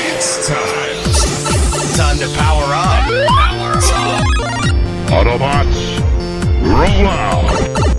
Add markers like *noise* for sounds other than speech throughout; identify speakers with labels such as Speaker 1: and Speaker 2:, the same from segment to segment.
Speaker 1: It's time. Time to power up.
Speaker 2: Autobots, roll out!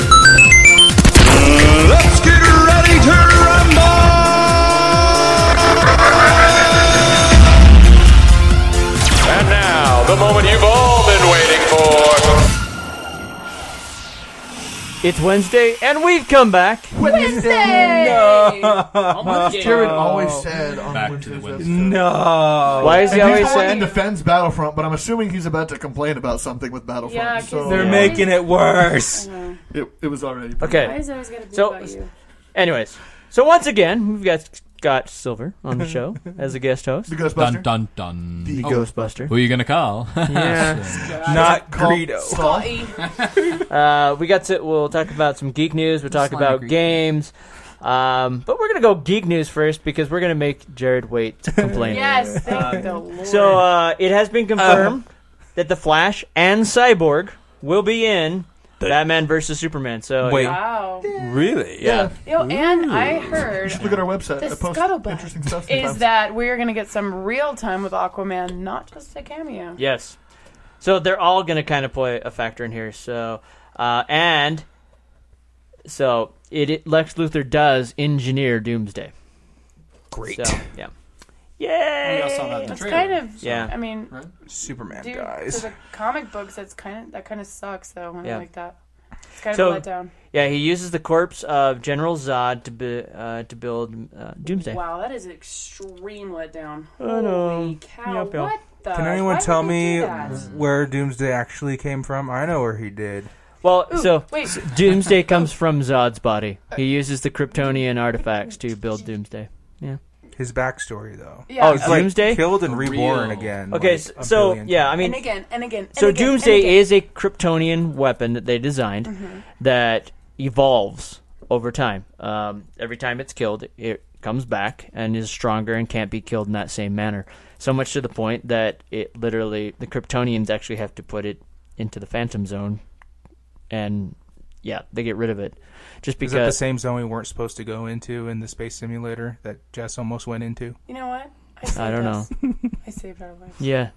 Speaker 1: Let's get ready to rumble!
Speaker 3: And now, the moment you've all been waiting for.
Speaker 4: It's Wednesday, and we've come back.
Speaker 5: Jared
Speaker 4: Oh.
Speaker 5: always said on Wednesdays episode-
Speaker 1: No.
Speaker 4: Why *laughs* is he
Speaker 5: And
Speaker 4: always
Speaker 5: he's the one that
Speaker 4: saying?
Speaker 5: defends Battlefront, but I'm assuming he's about to complain about something with Battlefront.
Speaker 6: Yeah, 'cause
Speaker 5: so
Speaker 1: They're
Speaker 6: Yeah.
Speaker 1: making it worse.
Speaker 5: it, it was already.
Speaker 6: Why
Speaker 4: Okay.
Speaker 6: is it always gotta be
Speaker 4: So-
Speaker 6: about you?
Speaker 4: Anyways, so once again, we've got Scott Silver on the *laughs* show as a guest host.
Speaker 5: The Ghostbuster.
Speaker 7: Dun dun dun.
Speaker 5: The
Speaker 4: Ghostbuster.
Speaker 7: Who are you gonna call? *laughs*
Speaker 4: Yeah.
Speaker 1: Not Greedo.
Speaker 5: Saw.
Speaker 4: Uh, we got to. We'll talk about some geek news. We'll talk about games. Um, but we're gonna go geek news first because we're gonna make Jared wait to *laughs* complain.
Speaker 6: Yes, thank the Lord.
Speaker 4: So uh, it has been confirmed that the Flash and Cyborg will be in Batman versus Superman. So
Speaker 1: Wait,
Speaker 6: wow.
Speaker 1: really?
Speaker 5: Yeah.
Speaker 6: Yo, and I heard
Speaker 5: Look at our website.
Speaker 6: The
Speaker 5: I post
Speaker 6: scuttlebutt
Speaker 5: interesting stuff.
Speaker 6: is
Speaker 5: sometimes.
Speaker 6: that we're gonna get some real time with Aquaman, not just a cameo.
Speaker 4: Yes. So they're all going to kind of play a factor in here. So, uh, and so it, it Lex Luthor does engineer Doomsday.
Speaker 1: Great.
Speaker 4: So yeah, yay!
Speaker 6: That's kind of
Speaker 4: Yeah.
Speaker 6: I mean
Speaker 1: Superman
Speaker 6: dude,
Speaker 1: dies.
Speaker 6: for the comic books that's kinda that kinda sucks though when
Speaker 4: Yeah.
Speaker 6: I like that. It's kind
Speaker 4: So-
Speaker 6: of a letdown.
Speaker 4: Yeah, he uses the corpse of General Zod to bu- uh, to build uh, Doomsday.
Speaker 6: Wow, that is extreme letdown.
Speaker 4: I know.
Speaker 6: Holy cow.
Speaker 4: Yep, yep.
Speaker 6: What the
Speaker 1: Can anyone
Speaker 6: why
Speaker 1: tell
Speaker 6: would they
Speaker 1: me Mm-hmm.
Speaker 6: do that?
Speaker 1: where Doomsday actually came from? I know where he did.
Speaker 4: Well,
Speaker 6: Ooh,
Speaker 4: so
Speaker 6: wait,
Speaker 4: Doomsday comes from Zod's body. He uses the Kryptonian artifacts to build Doomsday.
Speaker 1: His backstory, though.
Speaker 6: Yeah. Oh,
Speaker 1: It's like
Speaker 4: Doomsday?
Speaker 1: killed and reborn
Speaker 7: Real.
Speaker 1: again.
Speaker 4: Okay,
Speaker 1: like,
Speaker 4: s-
Speaker 1: a
Speaker 4: so
Speaker 1: billion
Speaker 4: yeah, I mean,
Speaker 6: and again and again. and
Speaker 4: So
Speaker 6: again, and
Speaker 4: Doomsday
Speaker 6: again. Mm-hmm.
Speaker 4: is a Kryptonian weapon that they designed that evolves over time. Um, every time it's killed, it comes back and is stronger and can't be killed in that same manner. So much to the point that it literally the Kryptonians actually have to put it into the Phantom Zone, and yeah, they get rid of it just
Speaker 1: Is that the
Speaker 4: because.
Speaker 1: same zone we weren't supposed to go into in the space simulator that Jess almost went into?
Speaker 6: You know what? I, saved
Speaker 4: don't
Speaker 6: us. *laughs* I saved our life.
Speaker 4: yeah,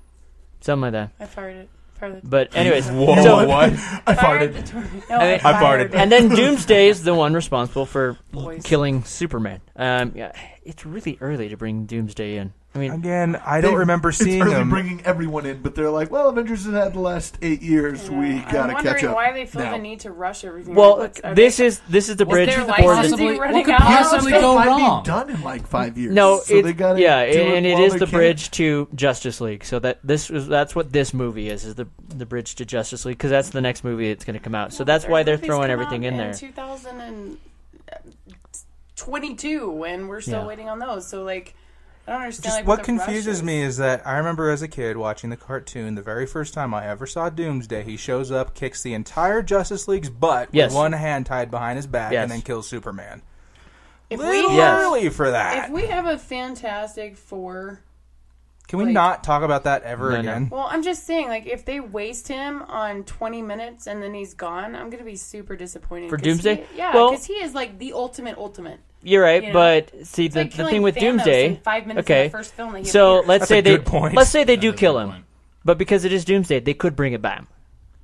Speaker 4: something like that.
Speaker 6: I fired it. Fired it.
Speaker 1: *laughs*
Speaker 4: But anyways,
Speaker 1: Whoa,
Speaker 4: so-
Speaker 1: what?
Speaker 5: I
Speaker 6: Fired
Speaker 5: farted.
Speaker 6: the tornado. No,
Speaker 4: I mean-
Speaker 6: I
Speaker 1: I
Speaker 6: fired
Speaker 1: farted.
Speaker 6: it.
Speaker 4: and
Speaker 5: *laughs*
Speaker 4: then Doomsday is the one responsible for l-
Speaker 6: Boys.
Speaker 4: killing Superman. Um, yeah, it's really early to bring Doomsday in. I mean,
Speaker 1: Again, I don't
Speaker 5: They-
Speaker 1: *laughs* remember seeing
Speaker 5: it's early
Speaker 1: him.
Speaker 5: bringing everyone in, but they're like, well, Avengers has had the last eight years. We gotta
Speaker 6: I'm
Speaker 5: catch
Speaker 6: wondering
Speaker 5: up.
Speaker 6: why they feel
Speaker 5: now.
Speaker 6: the need to rush everything.
Speaker 4: well,
Speaker 6: What's- are
Speaker 4: this
Speaker 6: they-
Speaker 4: is this is the
Speaker 6: Was
Speaker 4: bridge
Speaker 6: their
Speaker 4: for
Speaker 6: license
Speaker 4: the.
Speaker 6: Possibly running
Speaker 7: what could
Speaker 6: out.
Speaker 7: possibly
Speaker 5: It
Speaker 7: go
Speaker 5: might
Speaker 7: wrong?
Speaker 5: be done in like five years.
Speaker 4: No,
Speaker 5: so
Speaker 4: it-
Speaker 5: they gotta
Speaker 4: yeah,
Speaker 5: do it
Speaker 4: and it
Speaker 5: while
Speaker 4: is
Speaker 5: they
Speaker 4: the
Speaker 5: can.
Speaker 4: bridge to Justice League. So that this is that's what this movie is is the the bridge to Justice League because that's the next movie that's going to come out. So that's why they're
Speaker 6: These
Speaker 4: throwing
Speaker 6: come
Speaker 4: everything
Speaker 6: out
Speaker 4: in there.
Speaker 6: 2022, and we're still
Speaker 4: Yeah.
Speaker 6: waiting on those. So like, I don't understand.
Speaker 1: Just
Speaker 6: like,
Speaker 1: what
Speaker 6: the rush
Speaker 1: confuses
Speaker 6: is.
Speaker 1: me is that I remember as a kid watching the cartoon, the very first time I ever saw Doomsday, he shows up, kicks the entire Justice League's butt
Speaker 4: Yes.
Speaker 1: with one hand tied behind his back,
Speaker 4: Yes.
Speaker 1: and then kills Superman.
Speaker 6: If
Speaker 1: A little
Speaker 6: we have,
Speaker 1: early for that.
Speaker 6: if we have a Fantastic Four,
Speaker 1: Can we
Speaker 6: like-
Speaker 1: not talk about that ever
Speaker 4: No, no.
Speaker 1: again?
Speaker 6: well, I'm just saying, like, if they waste him on 20 minutes and then he's gone, I'm gonna be super disappointed.
Speaker 4: For
Speaker 6: 'cause
Speaker 4: Doomsday?
Speaker 6: he, yeah,
Speaker 4: Well-
Speaker 6: because he is like the ultimate ultimate.
Speaker 4: You're right,
Speaker 6: You know,
Speaker 4: but see the,
Speaker 6: like
Speaker 4: the
Speaker 6: killing
Speaker 4: thing with
Speaker 6: Thanos
Speaker 4: Doomsday.
Speaker 6: in five minutes
Speaker 4: okay,
Speaker 6: in the first film that he
Speaker 4: so
Speaker 6: appeared.
Speaker 4: let's
Speaker 1: That's
Speaker 4: say
Speaker 1: a
Speaker 4: they
Speaker 1: good point.
Speaker 4: let's say they do
Speaker 7: a
Speaker 4: kill
Speaker 7: good
Speaker 4: him,
Speaker 7: point.
Speaker 4: but because it is Doomsday, they could bring it back.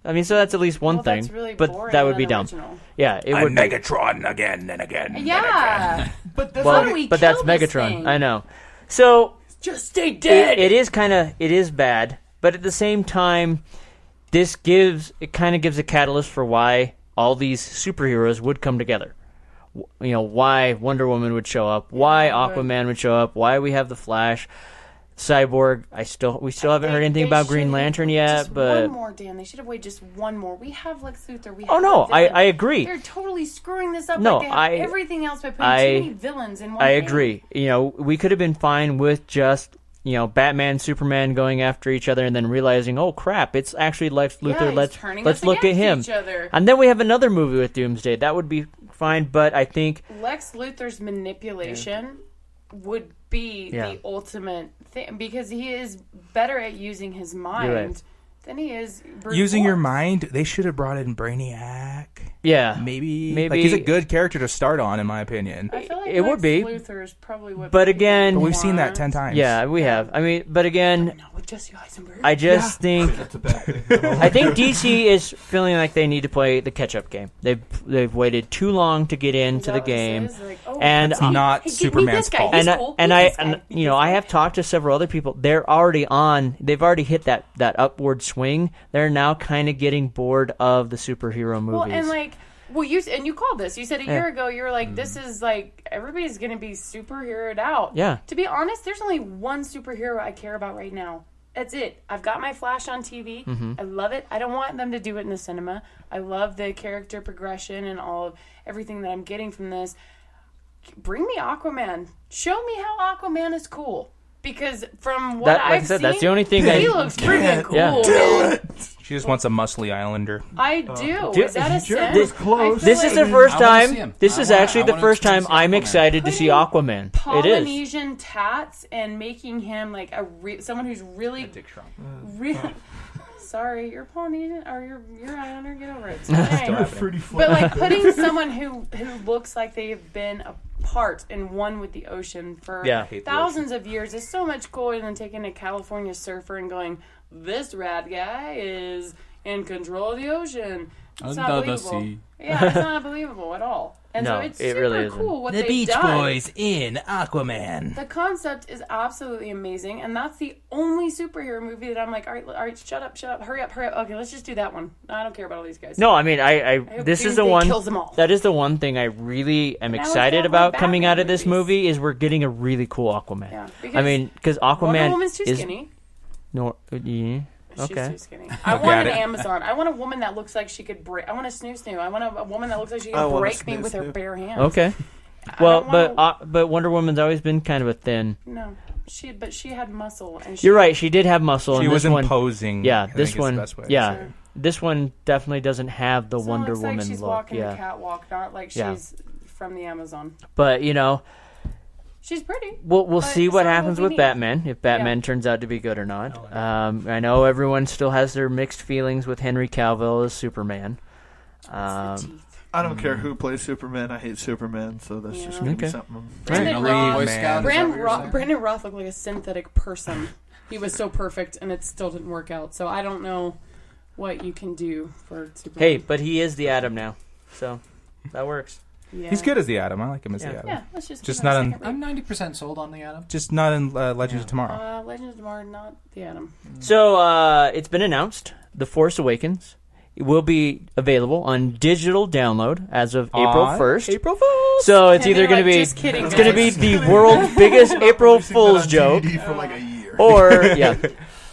Speaker 4: I mean, so that's at least one
Speaker 6: Well,
Speaker 4: thing,
Speaker 6: that's really
Speaker 4: but
Speaker 6: boring
Speaker 4: that would
Speaker 6: and
Speaker 4: be dumb.
Speaker 6: original.
Speaker 4: Yeah, it would.
Speaker 1: I'm
Speaker 4: be.
Speaker 1: Megatron again and again. and again.
Speaker 6: *laughs* Yeah.
Speaker 5: But that's
Speaker 4: Well,
Speaker 6: do we
Speaker 4: but
Speaker 6: kill
Speaker 4: that's
Speaker 6: this
Speaker 4: Megatron.
Speaker 6: thing?
Speaker 4: I know. So
Speaker 6: Just stay
Speaker 4: it,
Speaker 6: dead.
Speaker 4: it is kind of it is bad, but at the same time, this gives it kind of gives a catalyst for why all these superheroes would come together, w- you know why Wonder Woman would show up, why Aquaman would show up, why we have the Flash, Cyborg. I still we still haven't heard
Speaker 6: They-
Speaker 4: anything
Speaker 6: they
Speaker 4: about Green
Speaker 6: should've-
Speaker 4: Lantern yet,
Speaker 6: just
Speaker 4: but
Speaker 6: one more, Dan. They should have waited just one more. We have Lex Luthor. We have
Speaker 4: Oh, no,
Speaker 6: the villain.
Speaker 4: I- I agree.
Speaker 6: They're totally screwing this up.
Speaker 4: No,
Speaker 6: like they have
Speaker 4: I-
Speaker 6: everything else by putting
Speaker 4: I-
Speaker 6: too many villains in one.
Speaker 4: I
Speaker 6: thing.
Speaker 4: agree. You know, we could have been fine with just you know Batman, Superman going after each other, and then realizing, oh crap, it's actually Lex Luthor.
Speaker 6: he's
Speaker 4: let's
Speaker 6: turning
Speaker 4: let's
Speaker 6: us
Speaker 4: look at him.
Speaker 6: against each other.
Speaker 4: And then we have another movie with Doomsday. That would be fine, but I think
Speaker 6: Lex Luthor's manipulation would be
Speaker 4: Yeah.
Speaker 6: the ultimate thing because he is better at using his mind
Speaker 4: right.
Speaker 6: than he is brute
Speaker 1: Using your
Speaker 6: force.
Speaker 1: mind, they should have brought in Brainiac.
Speaker 4: yeah,
Speaker 1: Maybe,
Speaker 4: maybe
Speaker 1: like he's a good character to start on, in my opinion.
Speaker 6: I feel like
Speaker 4: It
Speaker 6: Lex
Speaker 4: would be.
Speaker 6: Luthor is probably what.
Speaker 4: But
Speaker 6: people
Speaker 4: again- But
Speaker 1: We've seen that
Speaker 6: want.
Speaker 1: ten times.
Speaker 4: Yeah, we have. I mean, but again,
Speaker 6: No, with Jesse Eisenberg.
Speaker 4: I just think
Speaker 5: That's a bad thing.
Speaker 4: I think DC is feeling like they need to play the catch-up game. They've they've waited too long to get
Speaker 6: Is
Speaker 4: into
Speaker 6: that
Speaker 4: the
Speaker 6: what this
Speaker 4: game,
Speaker 6: is? Like, oh,
Speaker 4: and
Speaker 6: that's-
Speaker 4: I-
Speaker 1: not
Speaker 6: Hey, give me
Speaker 1: Superman's
Speaker 6: this guy.
Speaker 1: fault.
Speaker 6: He's
Speaker 4: and I,
Speaker 6: cool.
Speaker 4: and
Speaker 6: He's
Speaker 4: I
Speaker 6: this guy.
Speaker 4: and,
Speaker 6: He's
Speaker 4: you know
Speaker 6: this
Speaker 4: I
Speaker 6: guy.
Speaker 4: have talked to several other people. They're already on. They've already hit that that upward swing. They're now kind of getting bored of the superhero movies. Hmm.
Speaker 6: Well, and like, well, you and you called this. You said a year ago you were like, this is like everybody's gonna be superheroed out.
Speaker 4: Yeah.
Speaker 6: To be honest, there's only one superhero I care about right now. That's it. I've got my Flash on TV.
Speaker 4: Mm-hmm.
Speaker 6: I love it. I don't want them to do it in the cinema. I love the character progression and all of everything that I'm getting from this. Bring me Aquaman. Show me how Aquaman is cool. Because from what
Speaker 4: That- like I
Speaker 6: I've
Speaker 4: said,
Speaker 6: seen,
Speaker 4: that's the only thing
Speaker 6: he
Speaker 4: I-
Speaker 6: looks freaking cool.
Speaker 4: Yeah.
Speaker 6: man.
Speaker 1: she just wants a muscly Islander.
Speaker 6: I do.
Speaker 4: Dude,
Speaker 6: Is that a
Speaker 4: sure.
Speaker 6: sin?
Speaker 4: This-
Speaker 6: I
Speaker 5: close.
Speaker 6: feel
Speaker 4: this is
Speaker 6: like-
Speaker 4: the first
Speaker 7: I wanna see
Speaker 4: time.
Speaker 7: him.
Speaker 4: This
Speaker 7: I
Speaker 4: is
Speaker 7: wanna-
Speaker 4: actually
Speaker 7: I
Speaker 4: the
Speaker 7: wanna
Speaker 4: first
Speaker 7: see
Speaker 4: time I'm
Speaker 7: Aquaman.
Speaker 4: excited to see Aquaman. It is.
Speaker 6: Polynesian tats and making him like a re- someone who's really,
Speaker 7: Dick Trump.
Speaker 6: really. *laughs* Sorry, you're Polynesian or you're you're Islander. Get over
Speaker 4: *laughs*
Speaker 6: it. It's fine.
Speaker 5: Pretty flat.
Speaker 6: but like putting someone who who looks like they've been apart and one with the ocean for
Speaker 4: Yeah. I hate the
Speaker 6: thousands of years is so much cooler than taking a California surfer and going, "This rad guy is in control of the ocean." It's not
Speaker 7: Under the
Speaker 6: believable.
Speaker 7: sea.
Speaker 6: Yeah, it's not believable at all. And
Speaker 4: No,
Speaker 6: so it's
Speaker 4: it
Speaker 6: super
Speaker 4: really isn't.
Speaker 6: cool what they've done.
Speaker 1: in Aquaman.
Speaker 6: The concept is absolutely amazing, and that's the only superhero movie that I'm like, all right, all right, shut up, shut up, hurry up, hurry up. Okay, let's just do that one. I don't care about all these guys.
Speaker 4: No, I mean, I, I this is
Speaker 6: Doomsday
Speaker 4: the one
Speaker 6: kills 'em all.
Speaker 4: that is the one thing I really am
Speaker 6: it's
Speaker 4: excited
Speaker 6: not
Speaker 4: about
Speaker 6: like
Speaker 4: coming out of
Speaker 6: Batman
Speaker 4: this
Speaker 6: movies.
Speaker 4: movie is we're getting a really cool Aquaman.
Speaker 6: Yeah,
Speaker 4: I
Speaker 6: because
Speaker 4: mean, because
Speaker 6: Wonder
Speaker 4: Aquaman
Speaker 6: Woman's too
Speaker 4: is
Speaker 6: skinny.
Speaker 4: no, yeah,
Speaker 6: She's
Speaker 4: okay.
Speaker 6: too skinny.
Speaker 4: *laughs*
Speaker 6: I want an Amazon. I want a woman that looks like she could break. I want a snoo snoo. I want a, a woman that looks like she
Speaker 5: I
Speaker 6: could
Speaker 5: want a
Speaker 6: break me
Speaker 5: snoo
Speaker 6: with her
Speaker 5: snoo.
Speaker 6: bare hands.
Speaker 4: Okay. Well,
Speaker 6: don't
Speaker 4: but
Speaker 6: wanna-
Speaker 4: uh, but Wonder Woman's always been kind of a thin.
Speaker 6: No, she but she had muscle, and she,
Speaker 4: You're right. She did have muscle.
Speaker 1: She
Speaker 4: and
Speaker 1: was
Speaker 4: this one,
Speaker 1: imposing. I
Speaker 4: Yeah,
Speaker 1: think is
Speaker 4: this
Speaker 1: the
Speaker 4: one.
Speaker 1: best way to
Speaker 4: Yeah,
Speaker 1: say it.
Speaker 4: this one definitely doesn't have the
Speaker 6: It's not
Speaker 4: Wonder
Speaker 6: looks
Speaker 4: Woman
Speaker 6: like she's
Speaker 4: look.
Speaker 6: walking
Speaker 4: yeah,
Speaker 6: the catwalk, not like
Speaker 4: Yeah.
Speaker 6: she's from the Amazon.
Speaker 4: but you know,
Speaker 6: She's pretty.
Speaker 4: we'll we'll
Speaker 6: But
Speaker 4: see
Speaker 6: it's
Speaker 4: what
Speaker 6: not what
Speaker 4: happens
Speaker 6: we
Speaker 4: with
Speaker 6: need.
Speaker 4: Batman if Batman turns out to be good or not.
Speaker 1: Oh,
Speaker 4: um, I know everyone still has their mixed feelings with Henry Cavill as Superman.
Speaker 6: It's the
Speaker 4: Um,
Speaker 6: teeth.
Speaker 5: I don't care who plays Superman. I hate Superman, so that's just gonna
Speaker 4: Okay.
Speaker 5: be something.
Speaker 6: Brandon
Speaker 7: Another
Speaker 6: Roth.
Speaker 7: Boy
Speaker 1: man.
Speaker 7: Scout, is that
Speaker 6: Brand
Speaker 7: what you're
Speaker 6: Roth,
Speaker 7: saying?
Speaker 6: Brandon Roth looked like a synthetic person. He was so perfect, and it still didn't work out. So I don't know what you can do for Superman.
Speaker 4: hey, but he is the Atom now, so that works.
Speaker 6: yeah.
Speaker 1: He's good as the Atom. I like him as
Speaker 4: Yeah.
Speaker 1: the Atom.
Speaker 6: Yeah, let's just
Speaker 1: Just
Speaker 6: give it a
Speaker 1: not
Speaker 6: second
Speaker 7: I'm
Speaker 6: rate.
Speaker 7: 90% sold on the Adam.
Speaker 1: Just not in uh, Legends of Tomorrow.
Speaker 6: Uh, Legend of Tomorrow, not the Atom.
Speaker 1: Hmm.
Speaker 4: So uh, it's been announced: The Force Awakens will be available on digital download as of April
Speaker 1: On
Speaker 4: first.
Speaker 1: April Fools.
Speaker 4: So it's
Speaker 6: And
Speaker 4: either
Speaker 6: they're
Speaker 4: going
Speaker 6: like,
Speaker 4: to be
Speaker 6: "Just kidding,
Speaker 4: it's going to be
Speaker 6: guys."
Speaker 4: the
Speaker 6: *laughs*
Speaker 4: world's biggest April Fool's joke,
Speaker 5: *laughs*
Speaker 4: Oh.
Speaker 5: for like a year.
Speaker 4: or yeah.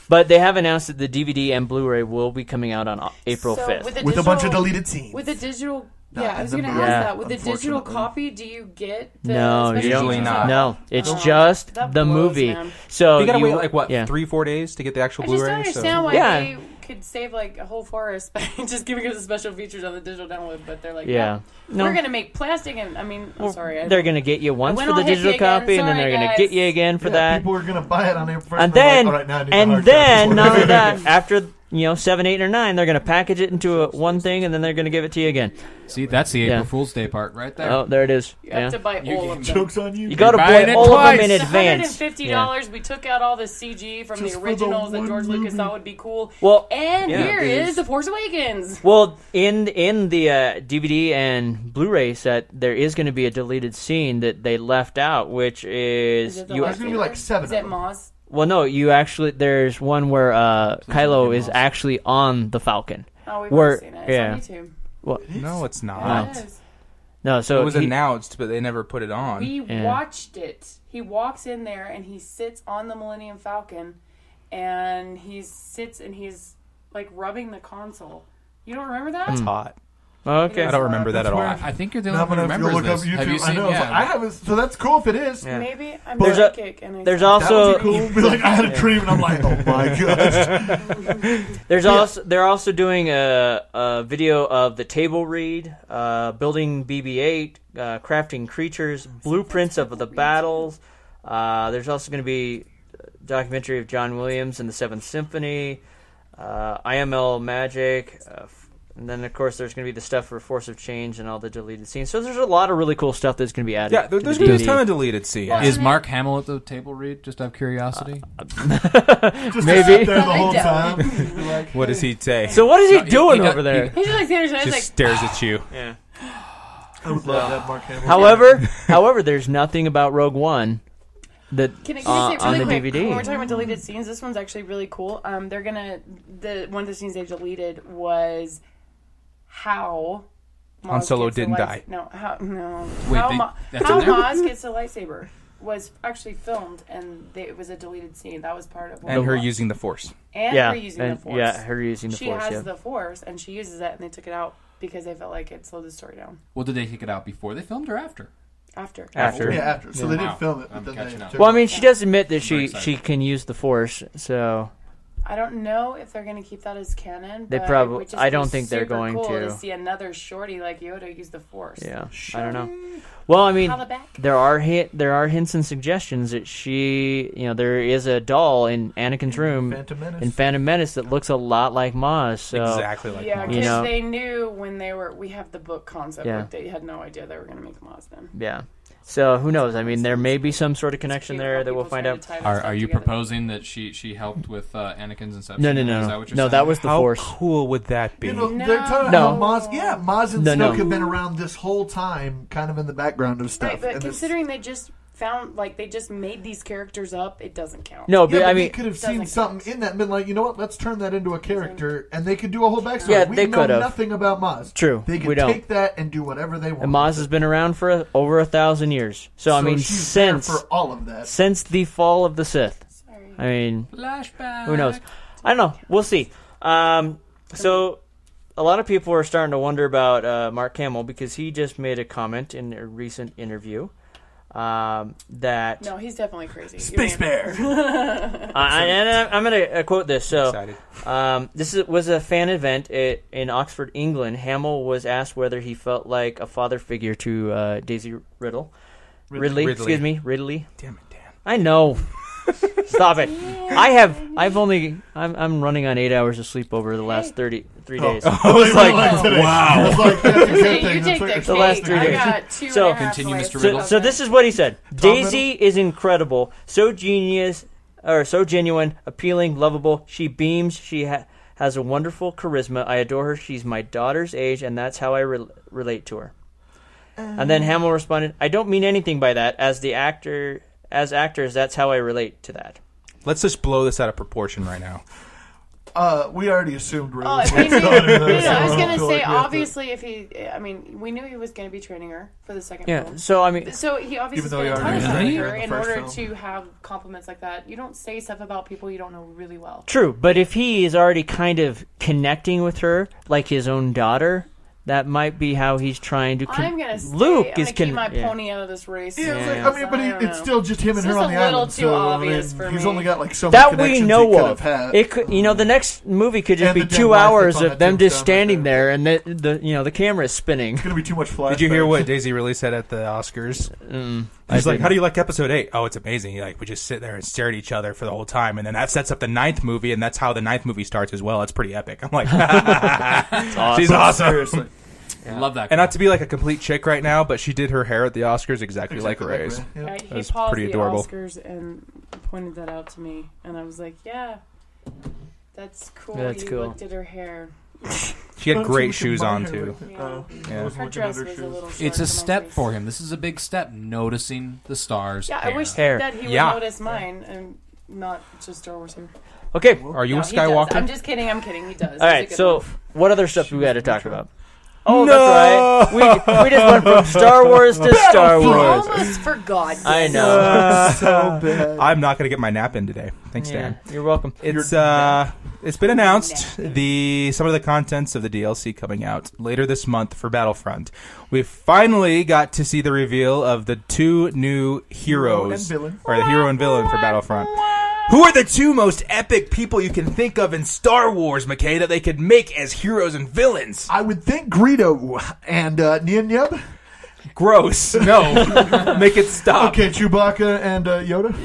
Speaker 4: But they have announced that the DVD and Blu-ray will be coming out on uh, April
Speaker 6: So,
Speaker 4: fifth.
Speaker 6: the
Speaker 5: With a bunch of
Speaker 6: digital-
Speaker 5: deleted scenes.
Speaker 6: With a digital.
Speaker 5: Not
Speaker 6: yeah, I
Speaker 5: in
Speaker 6: was
Speaker 5: the
Speaker 6: going to ask
Speaker 5: movie,
Speaker 6: that. With a digital
Speaker 5: unfortunately.
Speaker 6: copy, do you get the.
Speaker 4: no,
Speaker 6: special
Speaker 4: you don't-
Speaker 1: Usually
Speaker 6: features?
Speaker 1: not.
Speaker 4: No, it's
Speaker 6: Oh,
Speaker 4: just
Speaker 6: that
Speaker 4: the
Speaker 6: blows,
Speaker 4: movie.
Speaker 6: man.
Speaker 4: So
Speaker 1: you gotta wait like what
Speaker 4: Oh, yeah.
Speaker 1: three, four days to get the actual
Speaker 6: I just
Speaker 1: Blu-ray.
Speaker 6: don't understand
Speaker 1: so.
Speaker 6: why
Speaker 4: Yeah.
Speaker 6: they could save like a whole forest *laughs* by just giving us the special features on the digital download, but they're like,
Speaker 4: Yeah.
Speaker 6: no, we're gonna make plastic and I mean, I'm sorry, I,
Speaker 4: They're going to get you once
Speaker 6: went
Speaker 4: for
Speaker 6: all
Speaker 4: the
Speaker 6: hippie
Speaker 4: digital
Speaker 6: again.
Speaker 4: copy, and then
Speaker 6: Sorry,
Speaker 4: they're going to
Speaker 6: guys.
Speaker 4: get you again for
Speaker 5: Yeah,
Speaker 4: that.
Speaker 5: People are gonna buy it on April first.
Speaker 4: and then
Speaker 5: like, All right, now I need the
Speaker 4: and
Speaker 5: hard
Speaker 4: then
Speaker 5: *laughs* copy."
Speaker 4: not only that after you know seven eight or nine they're going to package it into a, one thing and then they're going to give it to you again
Speaker 7: See, that's the
Speaker 4: Yeah.
Speaker 7: April Fool's Day part right there.
Speaker 4: oh there it is
Speaker 6: you have
Speaker 4: yeah.
Speaker 6: to buy all of them.
Speaker 5: jokes on you.
Speaker 4: you got to
Speaker 7: buying
Speaker 4: buy
Speaker 7: it
Speaker 4: all of
Speaker 7: twice.
Speaker 4: them in
Speaker 7: It's
Speaker 4: advance
Speaker 6: $150.
Speaker 4: Yeah.
Speaker 6: We took out all the CG from
Speaker 5: Just
Speaker 6: the
Speaker 5: for the
Speaker 6: originals that
Speaker 5: one
Speaker 6: George Lucas
Speaker 5: movie.
Speaker 6: thought would be cool.
Speaker 4: Well,
Speaker 6: and
Speaker 4: yeah.
Speaker 6: here is The Force Awakens.
Speaker 4: Well, in in the uh, DVD and Blu-ray set, there is going to be a deleted scene that they left out, which
Speaker 6: Is
Speaker 4: is,
Speaker 6: it the
Speaker 4: you.
Speaker 6: lightsaber?
Speaker 5: gonna be like seven
Speaker 6: Is it
Speaker 5: of them.
Speaker 6: Maz?
Speaker 4: Well, no, you actually there's one where uh, Kylo is actually on the Falcon.
Speaker 6: Oh, we've
Speaker 4: Where-
Speaker 6: already seen it. It's
Speaker 4: yeah.
Speaker 6: on YouTube.
Speaker 1: No, it's not.
Speaker 6: Yes.
Speaker 4: No, so
Speaker 1: It was
Speaker 4: he- Hmm.
Speaker 1: announced, but they never put it on.
Speaker 6: We watched it. He walks in there and he sits on the Millennium Falcon, and he sits and he's like rubbing the console. You don't remember that?
Speaker 4: Mm.
Speaker 1: Hot.
Speaker 4: okay.
Speaker 1: I don't remember that at all.
Speaker 7: I think you're the
Speaker 5: I'm
Speaker 7: only
Speaker 5: gonna
Speaker 7: one who
Speaker 5: have to go
Speaker 7: remembers
Speaker 5: look up
Speaker 7: this.
Speaker 5: YouTube.
Speaker 7: Have you seen?
Speaker 5: I know.
Speaker 7: yeah.
Speaker 5: so I haven't. So that's cool if it is.
Speaker 4: Yeah.
Speaker 6: Maybe I'm
Speaker 4: There's a-
Speaker 6: psychic and I
Speaker 4: There's
Speaker 5: That would
Speaker 4: also
Speaker 5: be cool. *laughs* Be like, I had a dream, and I'm like, oh
Speaker 4: *laughs*
Speaker 5: my god.
Speaker 4: There's also they're also doing a, a video of the table read, uh, building BB-8, uh, crafting creatures, blueprints of the battles. Uh, there's also going to be a documentary of John Williams and the Seventh Symphony, uh, IML Magic, uh, f- and then of course there's going to be the stuff for Force of Change and all the deleted scenes. So there's a lot of really cool stuff that's going to be added.
Speaker 1: Yeah, there,
Speaker 4: to
Speaker 1: there's
Speaker 4: the
Speaker 1: gonna be a
Speaker 4: DVD.
Speaker 1: ton of deleted scenes.
Speaker 7: Is Mark Hamill at the table read? Just out of curiosity.
Speaker 5: Just
Speaker 4: Maybe.
Speaker 5: sit there the
Speaker 6: I
Speaker 5: whole
Speaker 6: don't.
Speaker 5: time. You're
Speaker 4: *laughs*
Speaker 5: like,
Speaker 1: What does he say?
Speaker 4: So what is he
Speaker 7: he-
Speaker 4: doing
Speaker 7: he do-
Speaker 4: over
Speaker 1: *laughs*
Speaker 4: there?
Speaker 6: *laughs*
Speaker 7: he-
Speaker 6: He's like, Sanders, and I was
Speaker 1: just
Speaker 6: like,
Speaker 1: stares at you.
Speaker 5: I would love that Mark Hamill.
Speaker 1: *laughs*
Speaker 4: However, however, there's nothing about Rogue One that
Speaker 6: Can I, can
Speaker 4: uh,
Speaker 6: I say really
Speaker 4: on the
Speaker 6: quick?
Speaker 4: DVD.
Speaker 6: When we're talking about deleted scenes, this one's actually really cool. Um, they're gonna the one of the scenes they deleted was how Maz
Speaker 1: Han Solo
Speaker 6: gets the
Speaker 1: didn't
Speaker 6: lights-
Speaker 1: die.
Speaker 6: No, how no
Speaker 7: Wait,
Speaker 6: how,
Speaker 7: they-
Speaker 6: Ma-
Speaker 7: that's
Speaker 6: how
Speaker 7: in there?
Speaker 6: Maz gets the lightsaber was actually filmed and they, it was a deleted scene. That was part of what
Speaker 1: And her
Speaker 6: was-
Speaker 1: using the force.
Speaker 6: and
Speaker 4: yeah,
Speaker 6: her using
Speaker 4: and-
Speaker 6: the force.
Speaker 4: yeah, her using the
Speaker 6: she
Speaker 4: force.
Speaker 6: has
Speaker 4: yeah.
Speaker 6: the force and she uses it, and they took it out because they felt like it slowed the story down.
Speaker 7: Well, did they take it out before they filmed or after?
Speaker 6: After
Speaker 4: After.
Speaker 5: Yeah, after. So they
Speaker 7: Wow.
Speaker 5: didn't film it, but
Speaker 7: I'm
Speaker 5: then
Speaker 7: catching
Speaker 5: they.
Speaker 7: up.
Speaker 5: took
Speaker 4: Well, I
Speaker 5: it.
Speaker 4: mean, she does admit that she
Speaker 7: excited.
Speaker 4: she can use the force, so
Speaker 6: I don't know if they're going to keep that as canon.
Speaker 4: They
Speaker 6: but
Speaker 4: probab-
Speaker 6: it would just
Speaker 4: I
Speaker 6: be
Speaker 4: don't think they're
Speaker 6: super
Speaker 4: going
Speaker 6: cool
Speaker 4: to.
Speaker 6: see another shorty like Yoda use the Force.
Speaker 4: yeah, I don't know. Well, I mean,
Speaker 6: Holla back.
Speaker 4: there are hint there are hints and suggestions that she, you know, there is a doll in Anakin's room
Speaker 5: Phantom Menace.
Speaker 4: in Phantom Menace that looks a lot like Maz. So
Speaker 1: Exactly like
Speaker 6: Yeah,
Speaker 1: Maz.
Speaker 6: because
Speaker 4: You know-
Speaker 6: they knew when they were. We have the book concept.
Speaker 4: Yeah.
Speaker 6: Like they had no idea they were going to make Maz then.
Speaker 4: yeah, so who knows? I mean, there may be some sort of connection
Speaker 6: Cute
Speaker 4: there
Speaker 6: how
Speaker 4: that we'll
Speaker 6: people
Speaker 4: find
Speaker 6: try to
Speaker 4: out.
Speaker 6: tie this
Speaker 7: Are,
Speaker 6: stuff
Speaker 7: are you
Speaker 6: together.
Speaker 7: proposing that she she helped with uh, Anakin's inception?
Speaker 4: No, no,
Speaker 7: Is
Speaker 4: no,
Speaker 7: that
Speaker 4: no,
Speaker 7: what you're
Speaker 4: no.
Speaker 7: saying?
Speaker 4: That was the
Speaker 1: How
Speaker 4: force.
Speaker 1: cool would that be?
Speaker 5: You know, they're talking
Speaker 4: No.
Speaker 5: about Maz. Yeah, Maz and
Speaker 4: No,
Speaker 5: Snoke
Speaker 4: no.
Speaker 5: have been around this whole time, kind of in the background of stuff.
Speaker 6: Right, but
Speaker 5: and it's-
Speaker 6: considering they just found like they just made these characters up, it doesn't count.
Speaker 4: No,
Speaker 5: Yeah,
Speaker 4: but
Speaker 5: but
Speaker 4: I
Speaker 5: they
Speaker 4: mean,
Speaker 5: could have
Speaker 6: Doesn't
Speaker 5: seen
Speaker 6: count.
Speaker 5: something in that and been like, you know what, let's turn that into a character, and they could do a whole backstory.
Speaker 4: Yeah,
Speaker 5: we
Speaker 4: they
Speaker 5: know
Speaker 4: could've.
Speaker 5: nothing about Maz.
Speaker 4: True,
Speaker 5: They could
Speaker 4: we don't.
Speaker 5: take that and do whatever they want.
Speaker 4: and Maz has been around for a, over a thousand years. So, I
Speaker 5: So
Speaker 4: mean,
Speaker 5: she's there
Speaker 4: since
Speaker 5: for all of that.
Speaker 4: since the fall of the Sith. I mean,
Speaker 7: flashback.
Speaker 4: Who knows? I don't know. We'll see. Um, so, a lot of people are starting to wonder about uh, Mark Hamill because he just made a comment in a recent interview um, that.
Speaker 6: no, he's definitely crazy. *laughs*
Speaker 5: Space Bear.
Speaker 4: I, I- and I, I'm going to quote this. So,
Speaker 1: Excited.
Speaker 4: um, this is, was a fan event i in Oxford, England. Hamill was asked whether he felt like a father figure to uh, Daisy Riddle. Ridley,
Speaker 1: Ridley.
Speaker 4: excuse me, Ridley.
Speaker 1: Damn it, Dan.
Speaker 4: I know. Stop it. I have. I've only. I'm. I'm running on eight hours of sleep over the last thirty three days.
Speaker 5: I was *laughs* like, wow. that's a good
Speaker 6: Hey,
Speaker 5: thing.
Speaker 6: you take the,
Speaker 5: *laughs* That's what-
Speaker 6: cake.
Speaker 4: The last three
Speaker 6: I
Speaker 4: days.
Speaker 6: got two
Speaker 4: So-
Speaker 6: and a half
Speaker 7: Continue,
Speaker 6: left.
Speaker 4: So,
Speaker 7: Mr. Riddle.
Speaker 4: so this is what he said. Daisy
Speaker 5: Riddle?
Speaker 4: is incredible. So genius, or so genuine, appealing, lovable. She beams. She ha- has a wonderful charisma. I adore her. She's my daughter's age, and that's how I rel relate to her. and then Hamill responded, "I don't mean anything by that. As the actor, as actors, that's how I relate to that."
Speaker 1: Let's just blow this out of proportion right now.
Speaker 5: Uh, we already assumed Ray
Speaker 6: Oh,
Speaker 5: was
Speaker 6: if we
Speaker 5: going
Speaker 6: knew,
Speaker 5: to
Speaker 6: I was gonna say, obviously, if he, I mean, we knew he was gonna be training her for the second
Speaker 4: Yeah.
Speaker 6: film.
Speaker 4: So I mean,
Speaker 6: So he obviously
Speaker 5: Even though he
Speaker 6: spent a ton
Speaker 5: already
Speaker 6: of time
Speaker 7: did
Speaker 6: with
Speaker 7: it
Speaker 6: her
Speaker 5: in the
Speaker 6: in
Speaker 5: first
Speaker 6: order
Speaker 5: film.
Speaker 6: to have compliments like that. You don't say stuff about people you don't know really well.
Speaker 4: True, but if he is already kind of connecting with her like his own daughter, that might be how he's trying to. Con-
Speaker 6: I'm gonna stay,
Speaker 4: Luke
Speaker 6: I'm
Speaker 4: is
Speaker 6: gonna keep
Speaker 4: con-
Speaker 6: my
Speaker 4: yeah.
Speaker 6: pony out of this race.
Speaker 5: Yeah, it's
Speaker 6: because
Speaker 5: like, I mean, but
Speaker 6: don't
Speaker 5: he, it's
Speaker 6: know.
Speaker 5: still just him and
Speaker 6: It's
Speaker 5: her
Speaker 6: just
Speaker 5: on
Speaker 6: a
Speaker 5: the
Speaker 6: little
Speaker 5: island.
Speaker 6: too
Speaker 5: so,
Speaker 6: obvious
Speaker 5: I mean,
Speaker 6: for
Speaker 5: he's
Speaker 6: me.
Speaker 5: only got like so many
Speaker 4: That we
Speaker 5: connections
Speaker 4: know
Speaker 5: he could
Speaker 4: of.
Speaker 5: have had.
Speaker 4: It could, you know, the next movie could just
Speaker 5: And
Speaker 4: be
Speaker 5: the
Speaker 4: two
Speaker 5: dead wife
Speaker 4: hours
Speaker 5: that's
Speaker 4: of
Speaker 5: on that
Speaker 4: them just
Speaker 5: tombstone right
Speaker 4: standing there,
Speaker 5: there.
Speaker 4: and the, the you know the camera
Speaker 6: *laughs*
Speaker 4: is spinning.
Speaker 5: It's gonna be too much flashback.
Speaker 1: Did you hear what Daisy really said at the Oscars?
Speaker 4: Mm,
Speaker 1: He's like,
Speaker 4: didn't.
Speaker 1: "How do you like episode 8? Oh, it's amazing. Like we just sit there and stare at each other for the whole time, and then that sets up the ninth movie, and that's how the ninth movie starts as well. It's pretty epic. I'm like, *laughs* she's awesome.
Speaker 4: *laughs*
Speaker 5: Seriously,
Speaker 7: Love that.
Speaker 1: And not to be like a complete chick right now, but she did her hair at the Oscars exactly, like Ray's.
Speaker 5: Yeah.
Speaker 6: Right, he
Speaker 1: That's
Speaker 6: paused
Speaker 1: pretty
Speaker 6: the
Speaker 1: adorable.
Speaker 6: Oscars and pointed that out to me, and I was like, "Yeah, that's cool."
Speaker 4: That's
Speaker 6: you
Speaker 4: cool.
Speaker 6: looked at her hair.
Speaker 1: She had
Speaker 5: Don't you
Speaker 1: great
Speaker 5: look at
Speaker 1: shoes
Speaker 5: my
Speaker 1: on
Speaker 5: hair
Speaker 1: too.
Speaker 5: like that?
Speaker 6: Yeah.
Speaker 5: Oh, I
Speaker 1: Yeah.
Speaker 5: wasn't
Speaker 6: Her
Speaker 5: looking at
Speaker 6: dress was a
Speaker 5: shoes.
Speaker 6: little. Short
Speaker 7: it's a
Speaker 6: for my
Speaker 7: step
Speaker 6: face.
Speaker 7: for him. This is a big step. Noticing the stars.
Speaker 6: Yeah, I
Speaker 7: Hair.
Speaker 6: wish
Speaker 4: Hair.
Speaker 6: that he would
Speaker 1: Yeah.
Speaker 6: notice mine and not just Star Wars hair.
Speaker 4: Okay,
Speaker 1: Are you
Speaker 6: No,
Speaker 1: a
Speaker 6: he does.
Speaker 1: Skywalker?
Speaker 6: I'm just kidding. I'm kidding. He does.
Speaker 4: all right. So what other stuff we got to talk about? Oh, that's right. We, we just went
Speaker 5: *laughs*
Speaker 4: from Star Wars to Star
Speaker 6: You
Speaker 4: Wars.
Speaker 6: almost forgot.
Speaker 4: I
Speaker 6: this.
Speaker 5: Uh,
Speaker 4: know.
Speaker 6: *laughs*
Speaker 5: so bad.
Speaker 1: Uh, I'm not gonna get my nap in today. Thanks,
Speaker 4: Yeah,
Speaker 1: Dan.
Speaker 4: you're welcome.
Speaker 1: It's uh, it's been announced the some of the contents of the DLC coming out later this month for Battlefront. We finally got to see the reveal of the two new heroes,
Speaker 5: Hero and villain.
Speaker 1: or the hero and villain for Battlefront. Who are the two most epic people you can think of in Star Wars, McKay, that they could make as heroes and villains?
Speaker 5: I would think Greedo and uh, Nyan Yub.
Speaker 1: Gross. No, *laughs* make it stop.
Speaker 5: Okay, Chewbacca and uh, Yoda.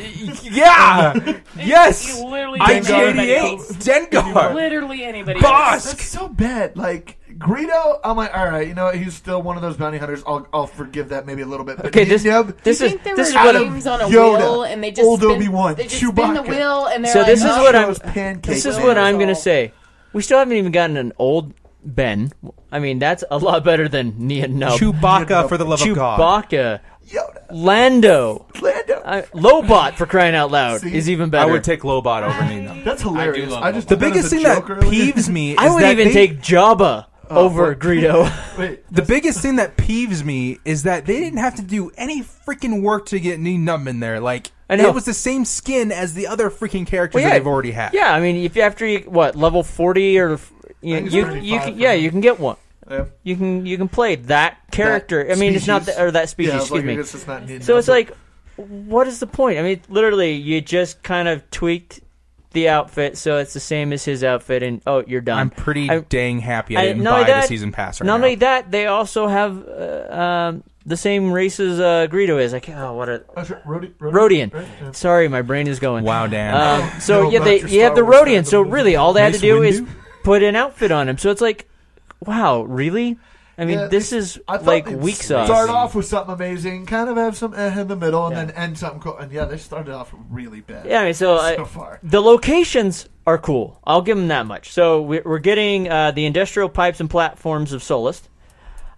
Speaker 1: Yeah. yes.
Speaker 6: You literally
Speaker 1: IG88,
Speaker 6: can anybody else.
Speaker 1: Dengar,
Speaker 6: Literally anybody. else.
Speaker 1: Bosk.
Speaker 5: That's so bad. Like Greedo, I'm like, all right, you know, what, he's still one of those bounty hunters. I'll, I'll forgive that maybe a little bit. But
Speaker 4: Okay, this
Speaker 5: Nyan-Yub,
Speaker 4: this
Speaker 6: You
Speaker 4: is
Speaker 6: think there
Speaker 4: this is
Speaker 6: were
Speaker 4: what I'm-
Speaker 6: games on a
Speaker 5: Yoda,
Speaker 6: wheel and they just
Speaker 5: old
Speaker 6: spin,
Speaker 5: Obi-Wan,
Speaker 6: they just spin the
Speaker 5: Chewbacca.
Speaker 6: wheel and they're
Speaker 4: So
Speaker 6: like,
Speaker 4: this is
Speaker 6: oh,
Speaker 4: what I'm-
Speaker 5: those pancakes.
Speaker 4: this is
Speaker 5: man.
Speaker 4: what I'm
Speaker 6: all.
Speaker 4: gonna say. We still haven't even gotten an old Ben. I mean, that's a lot better than Nia Nub.
Speaker 1: Chewbacca, for the love of God.
Speaker 4: Chewbacca,
Speaker 5: Yoda,
Speaker 4: Lando,
Speaker 5: Lando.
Speaker 4: I, Lobot for crying out loud
Speaker 5: See?
Speaker 4: is even
Speaker 1: I
Speaker 4: better.
Speaker 1: would take Lobot over Nina.
Speaker 5: That's hilarious.
Speaker 7: love
Speaker 5: I, just
Speaker 1: The
Speaker 5: did as
Speaker 1: biggest
Speaker 5: a
Speaker 1: thing that
Speaker 5: joke earlier.
Speaker 1: peeves
Speaker 4: *laughs*
Speaker 1: me. Is
Speaker 4: I would
Speaker 1: that
Speaker 4: even
Speaker 1: they-
Speaker 4: take Jabba over Greedo.
Speaker 5: Wait,
Speaker 1: The biggest thing that peeves me is that they didn't have to do any freaking work to get Neen Nub in there. Like
Speaker 4: I know.
Speaker 1: it was the same skin as the other freaking characters
Speaker 4: Well,
Speaker 1: that
Speaker 4: yeah.
Speaker 1: they've already had.
Speaker 4: Yeah, I mean, if you after you, what level forty or you
Speaker 5: think it's
Speaker 4: you,
Speaker 5: 35
Speaker 4: you can,
Speaker 5: for
Speaker 4: yeah
Speaker 5: me.
Speaker 4: you can get one.
Speaker 5: yeah.
Speaker 4: You can you can play that character.
Speaker 5: That
Speaker 4: I mean, it's not
Speaker 5: species.
Speaker 4: the, or that species.
Speaker 5: Yeah, I was
Speaker 4: excuse
Speaker 5: like, I
Speaker 4: me.
Speaker 5: guess it's not Nyan
Speaker 4: So it's
Speaker 5: Yub,
Speaker 4: like, what is the point? I mean, literally, you just kind of tweaked the outfit so it's the same as his outfit, and oh, you're done.
Speaker 1: I'm pretty
Speaker 4: I-
Speaker 1: dang happy
Speaker 4: I-
Speaker 1: I didn't
Speaker 4: not
Speaker 1: buy
Speaker 4: only
Speaker 1: the
Speaker 4: that-
Speaker 1: season pass right
Speaker 4: Not
Speaker 1: now.
Speaker 4: only that, they also have uh, um, the same race as uh, Greedo is. Like, oh, what a
Speaker 5: but- Oh, sure, Rodi- Rodi-
Speaker 4: Rodian.
Speaker 5: Right, yeah.
Speaker 4: Sorry, my brain is going.
Speaker 1: wow, Dan. *laughs*
Speaker 4: Um, so
Speaker 5: No,
Speaker 4: yeah,
Speaker 5: not
Speaker 4: they
Speaker 5: your
Speaker 4: you have the
Speaker 5: Star Wars
Speaker 4: Rodian.
Speaker 5: fandom.
Speaker 4: So really, all they had to
Speaker 1: Mace
Speaker 4: do is
Speaker 1: Windu?
Speaker 4: put an outfit on him. So it's like, wow, really? I mean,
Speaker 5: Yeah,
Speaker 4: this is
Speaker 5: I thought
Speaker 4: like
Speaker 5: they'd
Speaker 4: weak sauce.
Speaker 5: Start off with something amazing, kind of have some eh in the middle, and then end something cool. And yeah, they started off really bad.
Speaker 4: Yeah, I mean, so, I,
Speaker 5: *laughs* So far.
Speaker 4: the locations are cool. I'll give them that much. So we're, we're getting uh, the industrial pipes and platforms of Solist,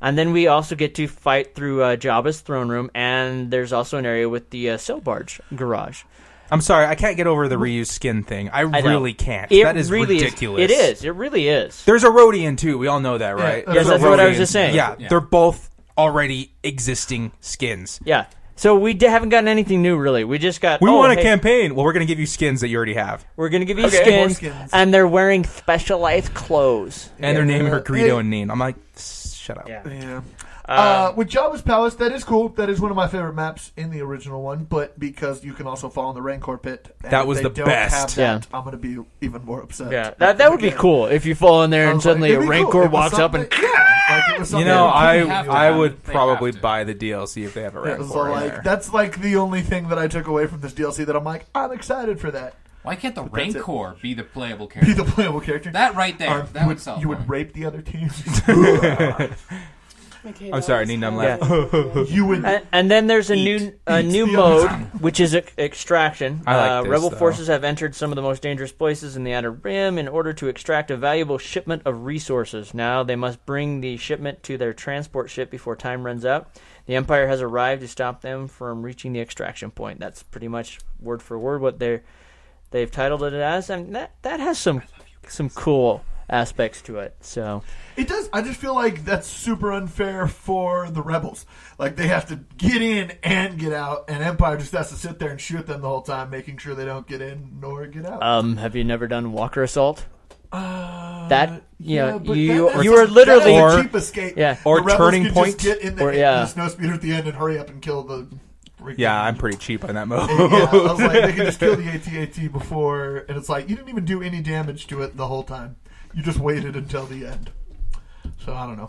Speaker 4: and then we also get to fight through uh, Jabba's throne room, and there's also an area with the uh, sail barge garage.
Speaker 1: I'm sorry, I can't get over the reused skin thing. I,
Speaker 4: I know.
Speaker 1: really can't.
Speaker 4: It
Speaker 1: that is
Speaker 4: really
Speaker 1: ridiculous.
Speaker 4: It is. It really is.
Speaker 1: There's a Rodian too. We all know that, right?
Speaker 5: Yes,
Speaker 1: There's a
Speaker 4: that's what I was
Speaker 1: Rodian.
Speaker 4: just saying.
Speaker 1: Yeah,
Speaker 7: Yeah.
Speaker 1: they're both already existing skins.
Speaker 4: yeah. So we d- haven't gotten anything new, really. We just got.
Speaker 1: We
Speaker 4: oh,
Speaker 1: want a
Speaker 4: hey,
Speaker 1: campaign. Well, we're going to give you skins that you already have,
Speaker 4: We're gonna give you
Speaker 5: More
Speaker 4: skins,
Speaker 5: skins.
Speaker 4: and they're wearing specialized clothes.
Speaker 1: and they're naming her Greedo
Speaker 5: Hey.
Speaker 1: and Neen. I'm like, shut up.
Speaker 5: Yeah. Uh, with Jabba's Palace, that is cool. That is one of my favorite maps in the original one, but because you can also fall in the Rancor pit. and
Speaker 1: That
Speaker 5: if
Speaker 1: was
Speaker 5: they
Speaker 1: the
Speaker 5: don't
Speaker 1: best.
Speaker 5: Have that, I'm going to be even more upset.
Speaker 4: Yeah, that that would be cool if you fall in there
Speaker 5: I
Speaker 4: and
Speaker 5: was like,
Speaker 4: suddenly
Speaker 5: it'd
Speaker 4: a
Speaker 5: be
Speaker 4: rancor
Speaker 5: cool. It was
Speaker 4: walks up and
Speaker 5: something- yeah, like it was
Speaker 1: You
Speaker 5: something-
Speaker 1: know, I
Speaker 7: have to
Speaker 1: I
Speaker 7: have
Speaker 1: would
Speaker 7: it. They
Speaker 1: probably
Speaker 7: have to.
Speaker 1: buy the DLC if they have a
Speaker 5: Yeah,
Speaker 1: Rancor.
Speaker 5: so
Speaker 1: in
Speaker 5: like
Speaker 1: there.
Speaker 5: that's like the only thing that I took away from this DLC that I'm like I'm excited for that.
Speaker 7: Why can't the
Speaker 5: that's it.
Speaker 7: Rancor be the playable
Speaker 5: Be
Speaker 7: character?
Speaker 5: the playable character.
Speaker 7: That right there.
Speaker 5: Or
Speaker 7: that
Speaker 5: you
Speaker 7: would,
Speaker 5: would,
Speaker 7: sell.
Speaker 5: you
Speaker 7: for me.
Speaker 5: would rape the other
Speaker 7: *laughs*
Speaker 5: team. *laughs*
Speaker 6: Okay,
Speaker 1: I'm
Speaker 6: that
Speaker 1: sorry,
Speaker 6: was
Speaker 1: Nina, I'm
Speaker 6: kinda-
Speaker 5: *laughs* you would.
Speaker 4: And, and then there's a new a
Speaker 5: *laughs*
Speaker 4: new
Speaker 5: the
Speaker 4: mode,
Speaker 5: other-
Speaker 4: which is e- extraction.
Speaker 1: I like
Speaker 4: uh,
Speaker 1: this,
Speaker 4: Rebel
Speaker 1: though.
Speaker 4: forces have entered some of the most dangerous places in the Outer Rim in order to extract a valuable shipment of resources. Now they must bring the shipment to their transport ship before time runs out. The Empire has arrived to stop them from reaching the extraction point. That's pretty much word for word what they're they've titled it as, and that that has some some cool aspects to it. So
Speaker 5: It does. I just feel like that's super unfair for the rebels. Like they have to get in and get out, and Empire just has to sit there and shoot them the whole time, making sure they don't get in nor get out.
Speaker 4: Um, have you never done Walker Assault? that you know,
Speaker 5: Uh, but
Speaker 4: you
Speaker 5: that-
Speaker 4: you are
Speaker 5: that's- that
Speaker 4: literally
Speaker 5: is
Speaker 1: Or-
Speaker 5: a cheap escape.
Speaker 4: yeah.
Speaker 1: Or
Speaker 5: The rebels
Speaker 1: Turning
Speaker 5: could
Speaker 1: Point.
Speaker 5: Just get in the,
Speaker 4: Or-
Speaker 5: in
Speaker 4: yeah.
Speaker 5: the snowspeeder at the end and hurry up and kill the. freaking-
Speaker 1: yeah, I'm pretty cheap on that
Speaker 5: *laughs* yeah,
Speaker 1: mode.
Speaker 5: I was like, they can just kill the ATAT before, and it's like you didn't even do any damage to it the whole time. You just waited until the end. So I don't know.